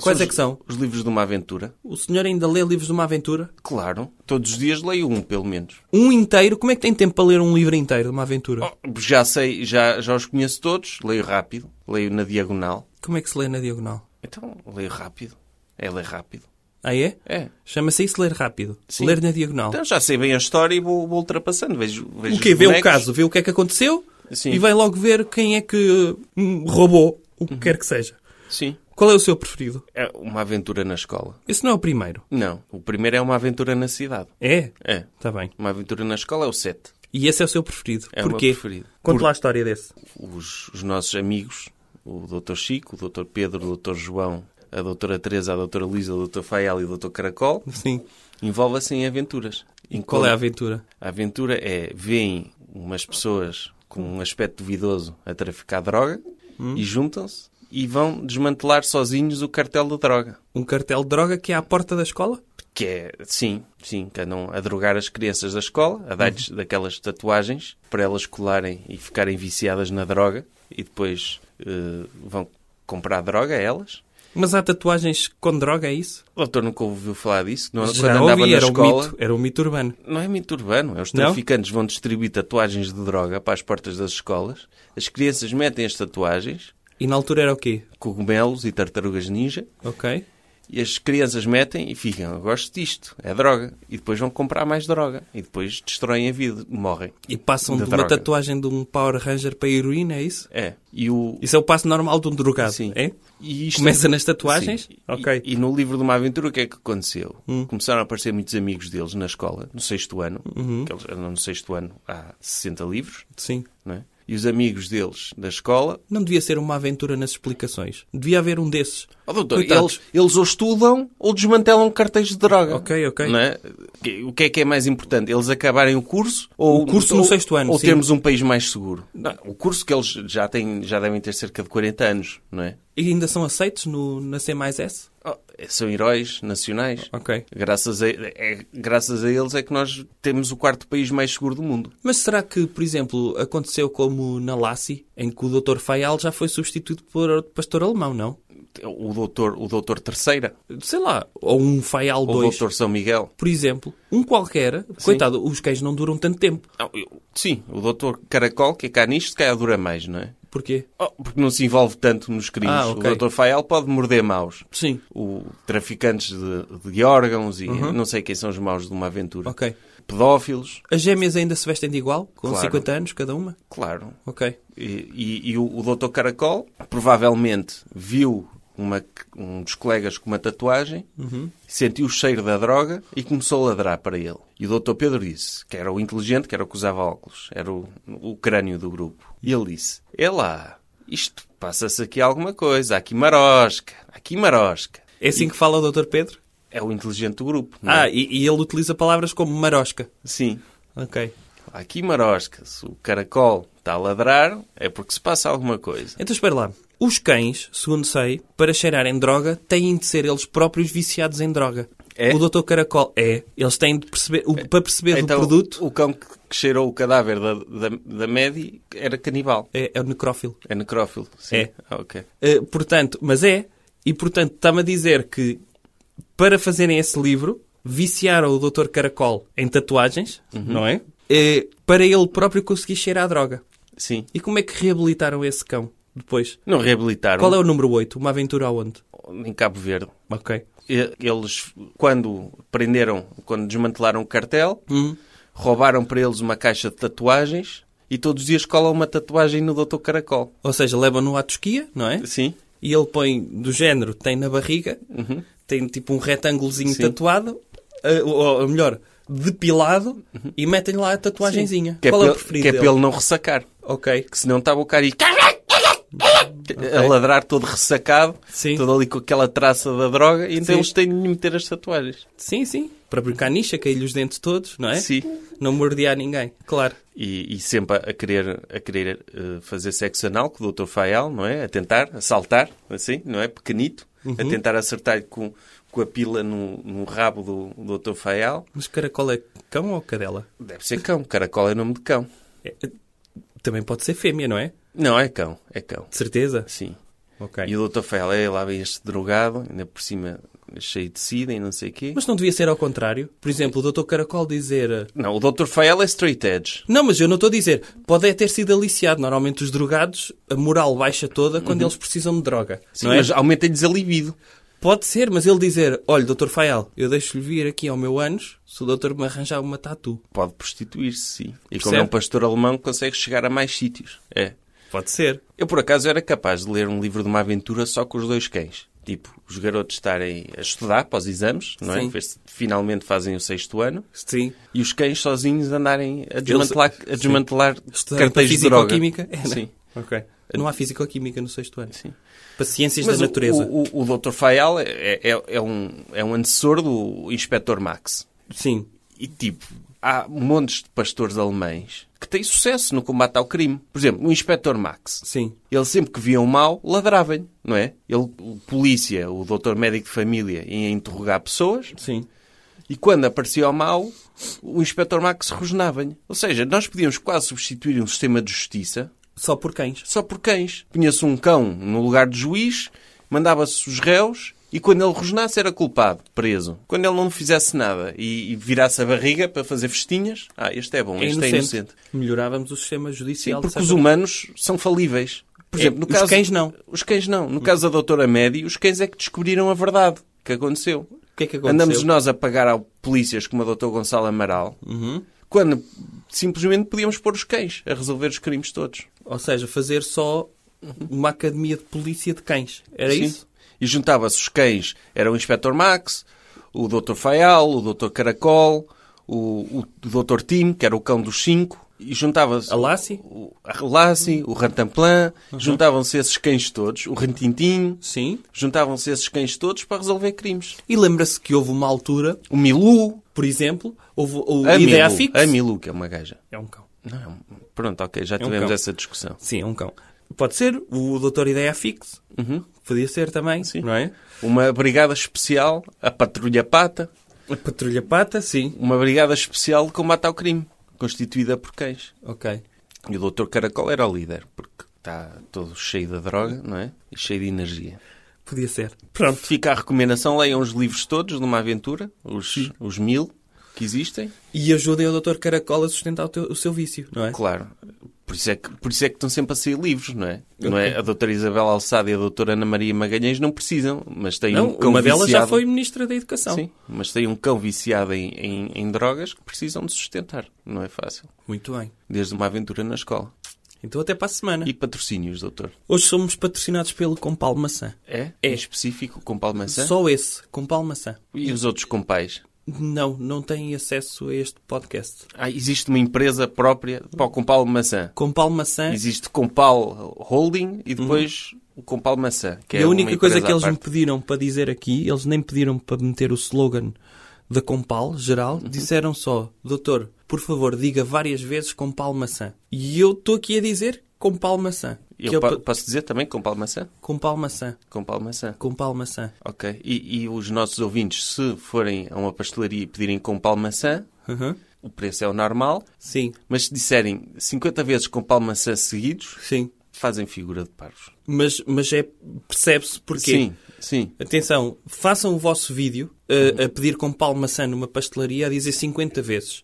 [SPEAKER 3] Quais
[SPEAKER 2] os-
[SPEAKER 3] é que são?
[SPEAKER 2] Os livros de uma aventura.
[SPEAKER 3] O senhor ainda lê livros de uma aventura?
[SPEAKER 2] Claro. Todos os dias leio um, pelo menos.
[SPEAKER 3] Um inteiro? Como é que tem tempo para ler um livro inteiro de uma aventura?
[SPEAKER 2] Oh, já sei, já, já os conheço todos. Leio rápido. Leio na diagonal.
[SPEAKER 3] Como é que se lê na diagonal?
[SPEAKER 2] Então, leio rápido. É ler rápido.
[SPEAKER 3] Ah, é?
[SPEAKER 2] É.
[SPEAKER 3] Chama-se isso ler rápido.
[SPEAKER 2] Sim.
[SPEAKER 3] Ler na diagonal.
[SPEAKER 2] Então já sei bem a história e vou, vou ultrapassando. Vejo, vejo
[SPEAKER 3] O quê?
[SPEAKER 2] os
[SPEAKER 3] Vê o
[SPEAKER 2] bonecos.
[SPEAKER 3] caso, vê o que é que aconteceu
[SPEAKER 2] Sim.
[SPEAKER 3] e vai logo ver quem é que hum, roubou o
[SPEAKER 2] Uhum.
[SPEAKER 3] que quer que seja.
[SPEAKER 2] Sim.
[SPEAKER 3] Qual é o seu preferido?
[SPEAKER 2] É uma aventura na escola.
[SPEAKER 3] Esse não é o primeiro.
[SPEAKER 2] Não. O primeiro é uma aventura na cidade.
[SPEAKER 3] É?
[SPEAKER 2] É.
[SPEAKER 3] Está bem.
[SPEAKER 2] Uma aventura na escola é o 7.
[SPEAKER 3] E esse é o seu preferido.
[SPEAKER 2] É o meu
[SPEAKER 3] Porquê?
[SPEAKER 2] preferido.
[SPEAKER 3] Conte
[SPEAKER 2] Por-
[SPEAKER 3] lá a história desse.
[SPEAKER 2] os, os nossos amigos, o Dr. Chico, o Dr. Pedro, o Dr. João, a Doutora Teresa, a Doutora Luísa, o Dr. Fael e o Dr. Caracol,
[SPEAKER 3] Sim.
[SPEAKER 2] envolvem-se em aventuras.
[SPEAKER 3] Qual é a aventura?
[SPEAKER 2] A aventura é, veem umas pessoas com um aspecto duvidoso a traficar droga
[SPEAKER 3] Hum.
[SPEAKER 2] e juntam-se e vão desmantelar sozinhos o cartel da droga.
[SPEAKER 3] Um cartel de droga que é à porta da escola?
[SPEAKER 2] Que é, sim, sim, que andam a drogar as crianças da escola, a dar-lhes
[SPEAKER 3] Uhum.
[SPEAKER 2] daquelas tatuagens para elas colarem e ficarem viciadas na droga e depois eh, vão comprar droga a elas.
[SPEAKER 3] Mas há tatuagens com droga, é isso?
[SPEAKER 2] O doutor nunca ouviu falar disso. Não,
[SPEAKER 3] Já
[SPEAKER 2] quando andava
[SPEAKER 3] ouvi,
[SPEAKER 2] na
[SPEAKER 3] era
[SPEAKER 2] escola.
[SPEAKER 3] um mito. Era um mito urbano.
[SPEAKER 2] Não é mito urbano, é os
[SPEAKER 3] Não?
[SPEAKER 2] traficantes vão distribuir tatuagens de droga para as portas das escolas, as crianças metem as tatuagens,
[SPEAKER 3] E na altura era o quê?
[SPEAKER 2] cogumelos e tartarugas ninja,
[SPEAKER 3] Ok.
[SPEAKER 2] E as crianças metem e ficam, eu gosto disto, é droga. E depois vão comprar mais droga. E depois destroem a vida, morrem.
[SPEAKER 3] E passam
[SPEAKER 2] Da
[SPEAKER 3] de uma
[SPEAKER 2] droga.
[SPEAKER 3] tatuagem de um Power Ranger para a heroína, é isso?
[SPEAKER 2] É. E o...
[SPEAKER 3] Isso é o passo normal de um drogado,
[SPEAKER 2] Sim.
[SPEAKER 3] é?
[SPEAKER 2] E isto-
[SPEAKER 3] Começa nas tatuagens?
[SPEAKER 2] Sim.
[SPEAKER 3] Ok. Hum.
[SPEAKER 2] E, e no livro de uma aventura o que é que aconteceu? Começaram a aparecer muitos amigos deles na escola, no sexto ano.
[SPEAKER 3] Uhum.
[SPEAKER 2] Que eles andam no sexto ano há 60 livros,
[SPEAKER 3] Sim.
[SPEAKER 2] não é? E os amigos deles da escola...
[SPEAKER 3] Não devia ser uma aventura nas explicações. Devia haver um desses.
[SPEAKER 2] Oh, doutor,
[SPEAKER 3] Coitados.
[SPEAKER 2] eles, eles ou estudam ou desmantelam cartéis de droga.
[SPEAKER 3] Ok, ok.
[SPEAKER 2] Não é? Que- O que é que é mais importante? Eles acabarem o curso ou
[SPEAKER 3] O curso no
[SPEAKER 2] ou-
[SPEAKER 3] sexto ano,
[SPEAKER 2] Ou
[SPEAKER 3] sim.
[SPEAKER 2] termos um país mais seguro? Não, o curso que eles já têm, já devem ter cerca de 40 anos, não é?
[SPEAKER 3] E ainda são aceitos no, na C mais S?
[SPEAKER 2] Oh, são heróis nacionais.
[SPEAKER 3] Ok.
[SPEAKER 2] Graças a, é- graças a eles é que nós temos o quarto país mais seguro do mundo.
[SPEAKER 3] Mas será que, por exemplo, aconteceu como na Lassi, em que o Dr. Fayal já foi substituído por outro pastor alemão, não?
[SPEAKER 2] O doutor, o doutor Terceira,
[SPEAKER 3] Sei lá, ou um Fayal
[SPEAKER 2] o
[SPEAKER 3] 2,
[SPEAKER 2] doutor São Miguel.
[SPEAKER 3] por exemplo. Um qualquer. Coitado, os cães não duram tanto tempo.
[SPEAKER 2] Não, eu- sim, o doutor Caracol, que é cá nisto, se calhar dura mais, não é?
[SPEAKER 3] Porquê?
[SPEAKER 2] Oh, porque não se envolve tanto nos crimes.
[SPEAKER 3] Ah, ok.
[SPEAKER 2] O Dr. Fael pode morder maus.
[SPEAKER 3] Sim.
[SPEAKER 2] O traficantes de, de órgãos e não sei quem são os maus de uma aventura.
[SPEAKER 3] Uhum. Ok.
[SPEAKER 2] Pedófilos,
[SPEAKER 3] As gêmeas ainda se vestem de igual, com
[SPEAKER 2] Claro.
[SPEAKER 3] 50 anos cada uma?
[SPEAKER 2] claro.
[SPEAKER 3] Ok.
[SPEAKER 2] E, e- e o, o Dr. Caracol provavelmente viu uma- um dos colegas com uma tatuagem,
[SPEAKER 3] Uhum.
[SPEAKER 2] sentiu o cheiro da droga e começou a ladrar para ele. E o Dr. Pedro disse que era o inteligente, que era o que usava óculos, era o, o crânio do grupo. E ele disse: É lá, isto passa-se aqui alguma coisa, há aqui marosca, há aqui marosca.
[SPEAKER 3] É assim que fala o Dr. Pedro?
[SPEAKER 2] É o inteligente do grupo. não é?
[SPEAKER 3] Ah, e, e ele utiliza palavras como marosca.
[SPEAKER 2] Sim.
[SPEAKER 3] Ok.
[SPEAKER 2] Há aqui marosca. Se o caracol está a ladrar, é porque se passa alguma coisa.
[SPEAKER 3] Então espera lá. Os cães, segundo sei, para cheirarem droga, têm de ser eles próprios viciados em droga.
[SPEAKER 2] É?
[SPEAKER 3] O Dr. Caracol é. Eles têm de perceber, o- para perceber
[SPEAKER 2] então,
[SPEAKER 3] do produto,
[SPEAKER 2] O cão que que cheirou o cadáver da, da, da Maddie era canibal.
[SPEAKER 3] é, é o necrófilo.
[SPEAKER 2] É necrófilo. Sim.
[SPEAKER 3] É.
[SPEAKER 2] Ah, ok.
[SPEAKER 3] Uh, portanto, mas é. E portanto, está-me a dizer que para fazerem esse livro, viciaram o Dr. Caracol em tatuagens,
[SPEAKER 2] Uhum.
[SPEAKER 3] não é? Uh, para ele próprio conseguir cheirar a droga.
[SPEAKER 2] Sim.
[SPEAKER 3] E como é que reabilitaram esse cão depois?
[SPEAKER 2] Não reabilitaram.
[SPEAKER 3] Qual é o número 8? Uma aventura aonde?
[SPEAKER 2] Em Cabo Verde.
[SPEAKER 3] Ok.
[SPEAKER 2] E- Eles, quando prenderam, quando desmantelaram o cartel,
[SPEAKER 3] Hum.
[SPEAKER 2] roubaram para eles uma caixa de tatuagens e todos os dias colam uma tatuagem no Dr. Caracol.
[SPEAKER 3] Ou seja, levam-no à Tosquia, não é?
[SPEAKER 2] Sim.
[SPEAKER 3] E ele põe, do género, tem na barriga, tem tipo um retângulozinho
[SPEAKER 2] Uhum. Sim.
[SPEAKER 3] tatuado, eh, ou, ou melhor, depilado, e metem lá a tatuagenzinha.
[SPEAKER 2] Uhum. Que é,
[SPEAKER 3] Qual é o
[SPEAKER 2] pelo-
[SPEAKER 3] preferido
[SPEAKER 2] que é
[SPEAKER 3] dele?
[SPEAKER 2] para ele não ressacar.
[SPEAKER 3] Ok.
[SPEAKER 2] Que senão estava o cara e... a ladrar todo ressacado,
[SPEAKER 3] Sim.
[SPEAKER 2] todo ali com aquela traça da droga, e então
[SPEAKER 3] Sim.
[SPEAKER 2] eles têm de lhe meter as tatuagens.
[SPEAKER 3] Sim, sim. Para brincar nicha, cair-lhe os dentes todos, não é?
[SPEAKER 2] Sim.
[SPEAKER 3] Não mordear ninguém. Claro.
[SPEAKER 2] E, e sempre a querer, a querer eh, fazer sexo anal com o Dr. Fayal, não é? A tentar, a saltar, assim, não é? Pequenito.
[SPEAKER 3] Uhum.
[SPEAKER 2] A tentar acertar com, com a pila no, no rabo do, do Dr. Fayal.
[SPEAKER 3] Mas caracol é cão ou cadela?
[SPEAKER 2] Deve ser cão. Caracol é nome de cão.
[SPEAKER 3] É- também pode ser fêmea, não é?
[SPEAKER 2] Não, é cão. É cão.
[SPEAKER 3] De certeza?
[SPEAKER 2] Sim.
[SPEAKER 3] Ok.
[SPEAKER 2] E o Dr. Fayal é lá vem este drogado, ainda por cima cheio de sida e não sei o quê.
[SPEAKER 3] Mas não devia ser ao contrário? Por exemplo, o doutor Caracol dizer... eh,
[SPEAKER 2] Não, o Dr. Fayal é straight edge.
[SPEAKER 3] Não, mas eu não estou a dizer. Pode é ter sido aliciado. Normalmente os drogados, a moral baixa toda quando eles precisam de droga.
[SPEAKER 2] Uhum. Sim,
[SPEAKER 3] não é?
[SPEAKER 2] mas aumenta-lhes a libido.
[SPEAKER 3] Pode ser, mas ele dizer... Olha, doutor Fayal, eu deixo-lhe vir aqui ao meu anos se o doutor me arranjar uma tatu.
[SPEAKER 2] Pode prostituir-se, sim. E como
[SPEAKER 3] Percebe?
[SPEAKER 2] é um pastor alemão, consegue chegar a mais sítios. É.
[SPEAKER 3] Pode ser.
[SPEAKER 2] Eu, por acaso, era capaz de ler um livro de uma aventura só com os dois cães. Tipo, os garotos estarem a estudar para os exames, não é?
[SPEAKER 3] Sim.
[SPEAKER 2] Ver se finalmente fazem o sexto ano.
[SPEAKER 3] Sim.
[SPEAKER 2] E os cães sozinhos andarem a desmantelar, a desmantelar
[SPEAKER 3] Estudarem para
[SPEAKER 2] cartéis de droga.
[SPEAKER 3] fisicoquímica? É, não é?
[SPEAKER 2] Sim.
[SPEAKER 3] Ok. Não há físico-química no sexto ano.
[SPEAKER 2] Sim.
[SPEAKER 3] Para ciências
[SPEAKER 2] Mas
[SPEAKER 3] da
[SPEAKER 2] o-
[SPEAKER 3] natureza.
[SPEAKER 2] O, o, o Dr. Fayal é, é, é um, é um antecessor do Inspector Max.
[SPEAKER 3] Sim.
[SPEAKER 2] E tipo, há montes de pastores alemães que têm sucesso no combate ao crime. Por exemplo, o Inspector Max.
[SPEAKER 3] Sim.
[SPEAKER 2] Ele sempre que via um mal, ladrava-lhe, não é? Ele, o polícia, o doutor médico de família, ia interrogar pessoas
[SPEAKER 3] Sim.
[SPEAKER 2] e quando aparecia o mal, o Inspector Max rosnava-lhe. Ou seja, nós podíamos quase substituir um sistema de justiça
[SPEAKER 3] Só por cães.
[SPEAKER 2] só por cães. Punha-se um cão no lugar do juiz, mandava-se os réus e quando ele rosnasse era culpado, preso. Quando ele não fizesse nada e, e virasse a barriga para fazer festinhas, ah, este é bom,
[SPEAKER 3] É
[SPEAKER 2] este
[SPEAKER 3] inocente.
[SPEAKER 2] é inocente.
[SPEAKER 3] Melhorávamos o sistema judicial. de
[SPEAKER 2] Sim, porque
[SPEAKER 3] certa
[SPEAKER 2] os humanos são falíveis. Por
[SPEAKER 3] É,
[SPEAKER 2] exemplo, no
[SPEAKER 3] os
[SPEAKER 2] caso,
[SPEAKER 3] cães não.
[SPEAKER 2] Os cães não. No caso da doutora Medi, os cães é que descobriram a verdade que aconteceu.
[SPEAKER 3] O que é que aconteceu?
[SPEAKER 2] Andamos nós a pagar a polícias como a doutora Gonçalo Amaral,
[SPEAKER 3] Uhum.
[SPEAKER 2] quando simplesmente podíamos pôr os cães a resolver os crimes todos.
[SPEAKER 3] Ou seja, fazer só uma academia de polícia de cães. Era
[SPEAKER 2] Uhum. Sim.
[SPEAKER 3] isso?
[SPEAKER 2] E juntava-se os cães. Era o Inspector Max, o Dr. Fayal, o Dr. Caracol, o, o Dr. Tim, que era o cão dos cinco. E juntava-se
[SPEAKER 3] A Uhum. Lassie?
[SPEAKER 2] o a Lassie, o Rantanplan. Juntavam-se esses cães todos. O Rantintim.
[SPEAKER 3] Sim.
[SPEAKER 2] Juntavam-se esses cães todos para resolver crimes.
[SPEAKER 3] E lembra-se que houve uma altura,
[SPEAKER 2] O Milu.
[SPEAKER 3] por exemplo, houve o
[SPEAKER 2] A
[SPEAKER 3] Ideia
[SPEAKER 2] Milu,
[SPEAKER 3] Fix.
[SPEAKER 2] a Milu, que é uma gaja.
[SPEAKER 3] É um cão.
[SPEAKER 2] Não, é um- pronto, ok, já
[SPEAKER 3] um
[SPEAKER 2] tivemos
[SPEAKER 3] cão.
[SPEAKER 2] essa discussão.
[SPEAKER 3] Sim, é um cão. Pode ser o Doutor Ideia Fix. Podia ser também,
[SPEAKER 2] Uhum. Sim.
[SPEAKER 3] não é?
[SPEAKER 2] Uma brigada especial, a Patrulha Pata,
[SPEAKER 3] A Patrulha Pata, sim.
[SPEAKER 2] uma brigada especial de combate ao crime, constituída por cães.
[SPEAKER 3] Ok.
[SPEAKER 2] E o Dr. Caracol era o líder, porque está todo cheio de droga, não é? E cheio de energia.
[SPEAKER 3] Podia ser. Pronto.
[SPEAKER 2] Fica a recomendação, leiam os livros todos de uma aventura, os, os mil que existem.
[SPEAKER 3] E ajudem o Doutor Caracol a sustentar o, teu- o seu vício, não é?
[SPEAKER 2] Claro, por isso é que, por isso é que estão sempre a sair livros, não é? Não é? A doutora Isabel Alçada e a doutora Ana Maria Magalhães não precisam, mas têm
[SPEAKER 3] Não,
[SPEAKER 2] um cão
[SPEAKER 3] uma delas já
[SPEAKER 2] viciado-
[SPEAKER 3] foi Ministra da Educação.
[SPEAKER 2] Sim, mas têm um cão viciado em, em, em drogas que precisam de sustentar. Não é fácil.
[SPEAKER 3] Muito bem.
[SPEAKER 2] Desde uma aventura na escola.
[SPEAKER 3] Então até para a semana.
[SPEAKER 2] E patrocínios, doutor?
[SPEAKER 3] Hoje somos patrocinados pelo Compal Maçã.
[SPEAKER 2] É? Em específico, com palmaçã?
[SPEAKER 3] Só esse, Compal Maçã.
[SPEAKER 2] E os outros compais?
[SPEAKER 3] Não, não têm acesso a este podcast.
[SPEAKER 2] Ah, existe uma empresa própria para o Compal Maçã.
[SPEAKER 3] Compal Maçã
[SPEAKER 2] Existe Compal Holding e depois o Compal Maçã. Que
[SPEAKER 3] e
[SPEAKER 2] é
[SPEAKER 3] a
[SPEAKER 2] uma
[SPEAKER 3] única coisa
[SPEAKER 2] empresa
[SPEAKER 3] que
[SPEAKER 2] à
[SPEAKER 3] eles me
[SPEAKER 2] parte.
[SPEAKER 3] pediram para dizer aqui, eles nem pediram para meter o slogan da Compal geral,
[SPEAKER 2] Uhum.
[SPEAKER 3] disseram só, doutor, por favor, diga várias vezes Compal Maçã. E eu estou aqui a dizer Compal Maçã.
[SPEAKER 2] Eu
[SPEAKER 3] que é o
[SPEAKER 2] pa-
[SPEAKER 3] pa-
[SPEAKER 2] posso dizer também Compal Maçã?
[SPEAKER 3] Compal Maçã.
[SPEAKER 2] Compal Maçã.
[SPEAKER 3] Compal Maçã.
[SPEAKER 2] Ok. E, e os nossos ouvintes, se forem a uma pastelaria e pedirem Compal Maçã,
[SPEAKER 3] Uhum.
[SPEAKER 2] o preço é o normal.
[SPEAKER 3] Sim,
[SPEAKER 2] Mas se disserem 50 vezes Compal Maçã seguidos,
[SPEAKER 3] sim.
[SPEAKER 2] fazem figura de parvos.
[SPEAKER 3] Mas, mas é, percebe-se porquê.
[SPEAKER 2] Sim, sim.
[SPEAKER 3] Atenção, façam o vosso vídeo uh, a pedir com palmaçã numa pastelaria a dizer 50 vezes.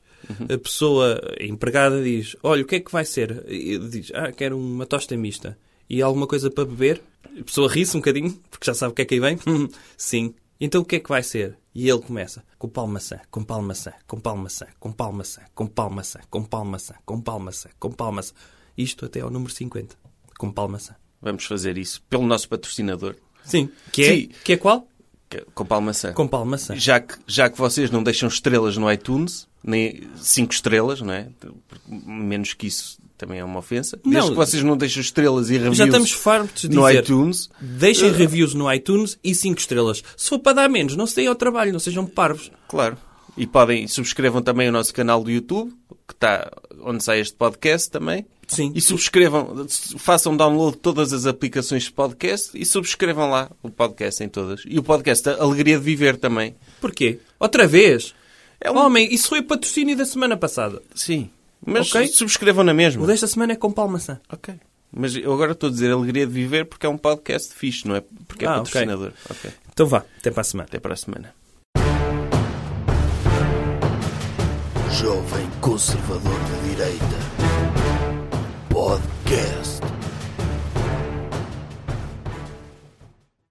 [SPEAKER 3] A pessoa a empregada diz: Olha, o que é que vai ser? E diz: Ah, quero uma tosta mista e alguma coisa para beber. A pessoa ri-se um bocadinho, porque já sabe o que é que aí vem. Sim. Então o que é que vai ser? E ele começa: Com palmaçã, com palmaçã, com palmaçã, com palmaçã, com palmaçã, com palmaçã, com palmaçã, com palmaçã. Isto até ao número 50. Com palmaçã.
[SPEAKER 2] Vamos fazer isso pelo nosso patrocinador,
[SPEAKER 3] Sim. Que é,
[SPEAKER 2] Sim.
[SPEAKER 3] Que é qual?
[SPEAKER 2] que é Compal Maçã.
[SPEAKER 3] Com palmaçã.
[SPEAKER 2] já que, já que vocês não deixam estrelas no iTunes, nem cinco estrelas, não é? Porque Menos que isso também é uma ofensa. Desde que vocês não deixam estrelas e reviews
[SPEAKER 3] Já estamos fartos de
[SPEAKER 2] no
[SPEAKER 3] dizer.
[SPEAKER 2] iTunes.
[SPEAKER 3] Deixem reviews no iTunes e 5 estrelas. Se for para dar menos, não se deem ao trabalho, não sejam parvos.
[SPEAKER 2] Claro. E podem, subscrevam também o nosso canal do YouTube, que está onde sai este podcast também.
[SPEAKER 3] Sim.
[SPEAKER 2] E subscrevam, façam download de todas as aplicações de podcast e subscrevam lá o podcast em todas. E o podcast a Alegria de Viver também.
[SPEAKER 3] Porquê? Outra vez?
[SPEAKER 2] É um-
[SPEAKER 3] Homem, isso foi o patrocínio da semana passada.
[SPEAKER 2] Sim. Mas
[SPEAKER 3] Ok.
[SPEAKER 2] subscrevam na mesma.
[SPEAKER 3] O desta semana é com palmaçã.
[SPEAKER 2] Ok. Mas eu agora estou a dizer Alegria de Viver porque é um podcast fixe, não é? Porque é
[SPEAKER 3] Ah, ok.
[SPEAKER 2] patrocinador. Ok.
[SPEAKER 3] Então vá, até para a semana.
[SPEAKER 2] Até para a semana.
[SPEAKER 1] Jovem Conservador de Direita. Podcast.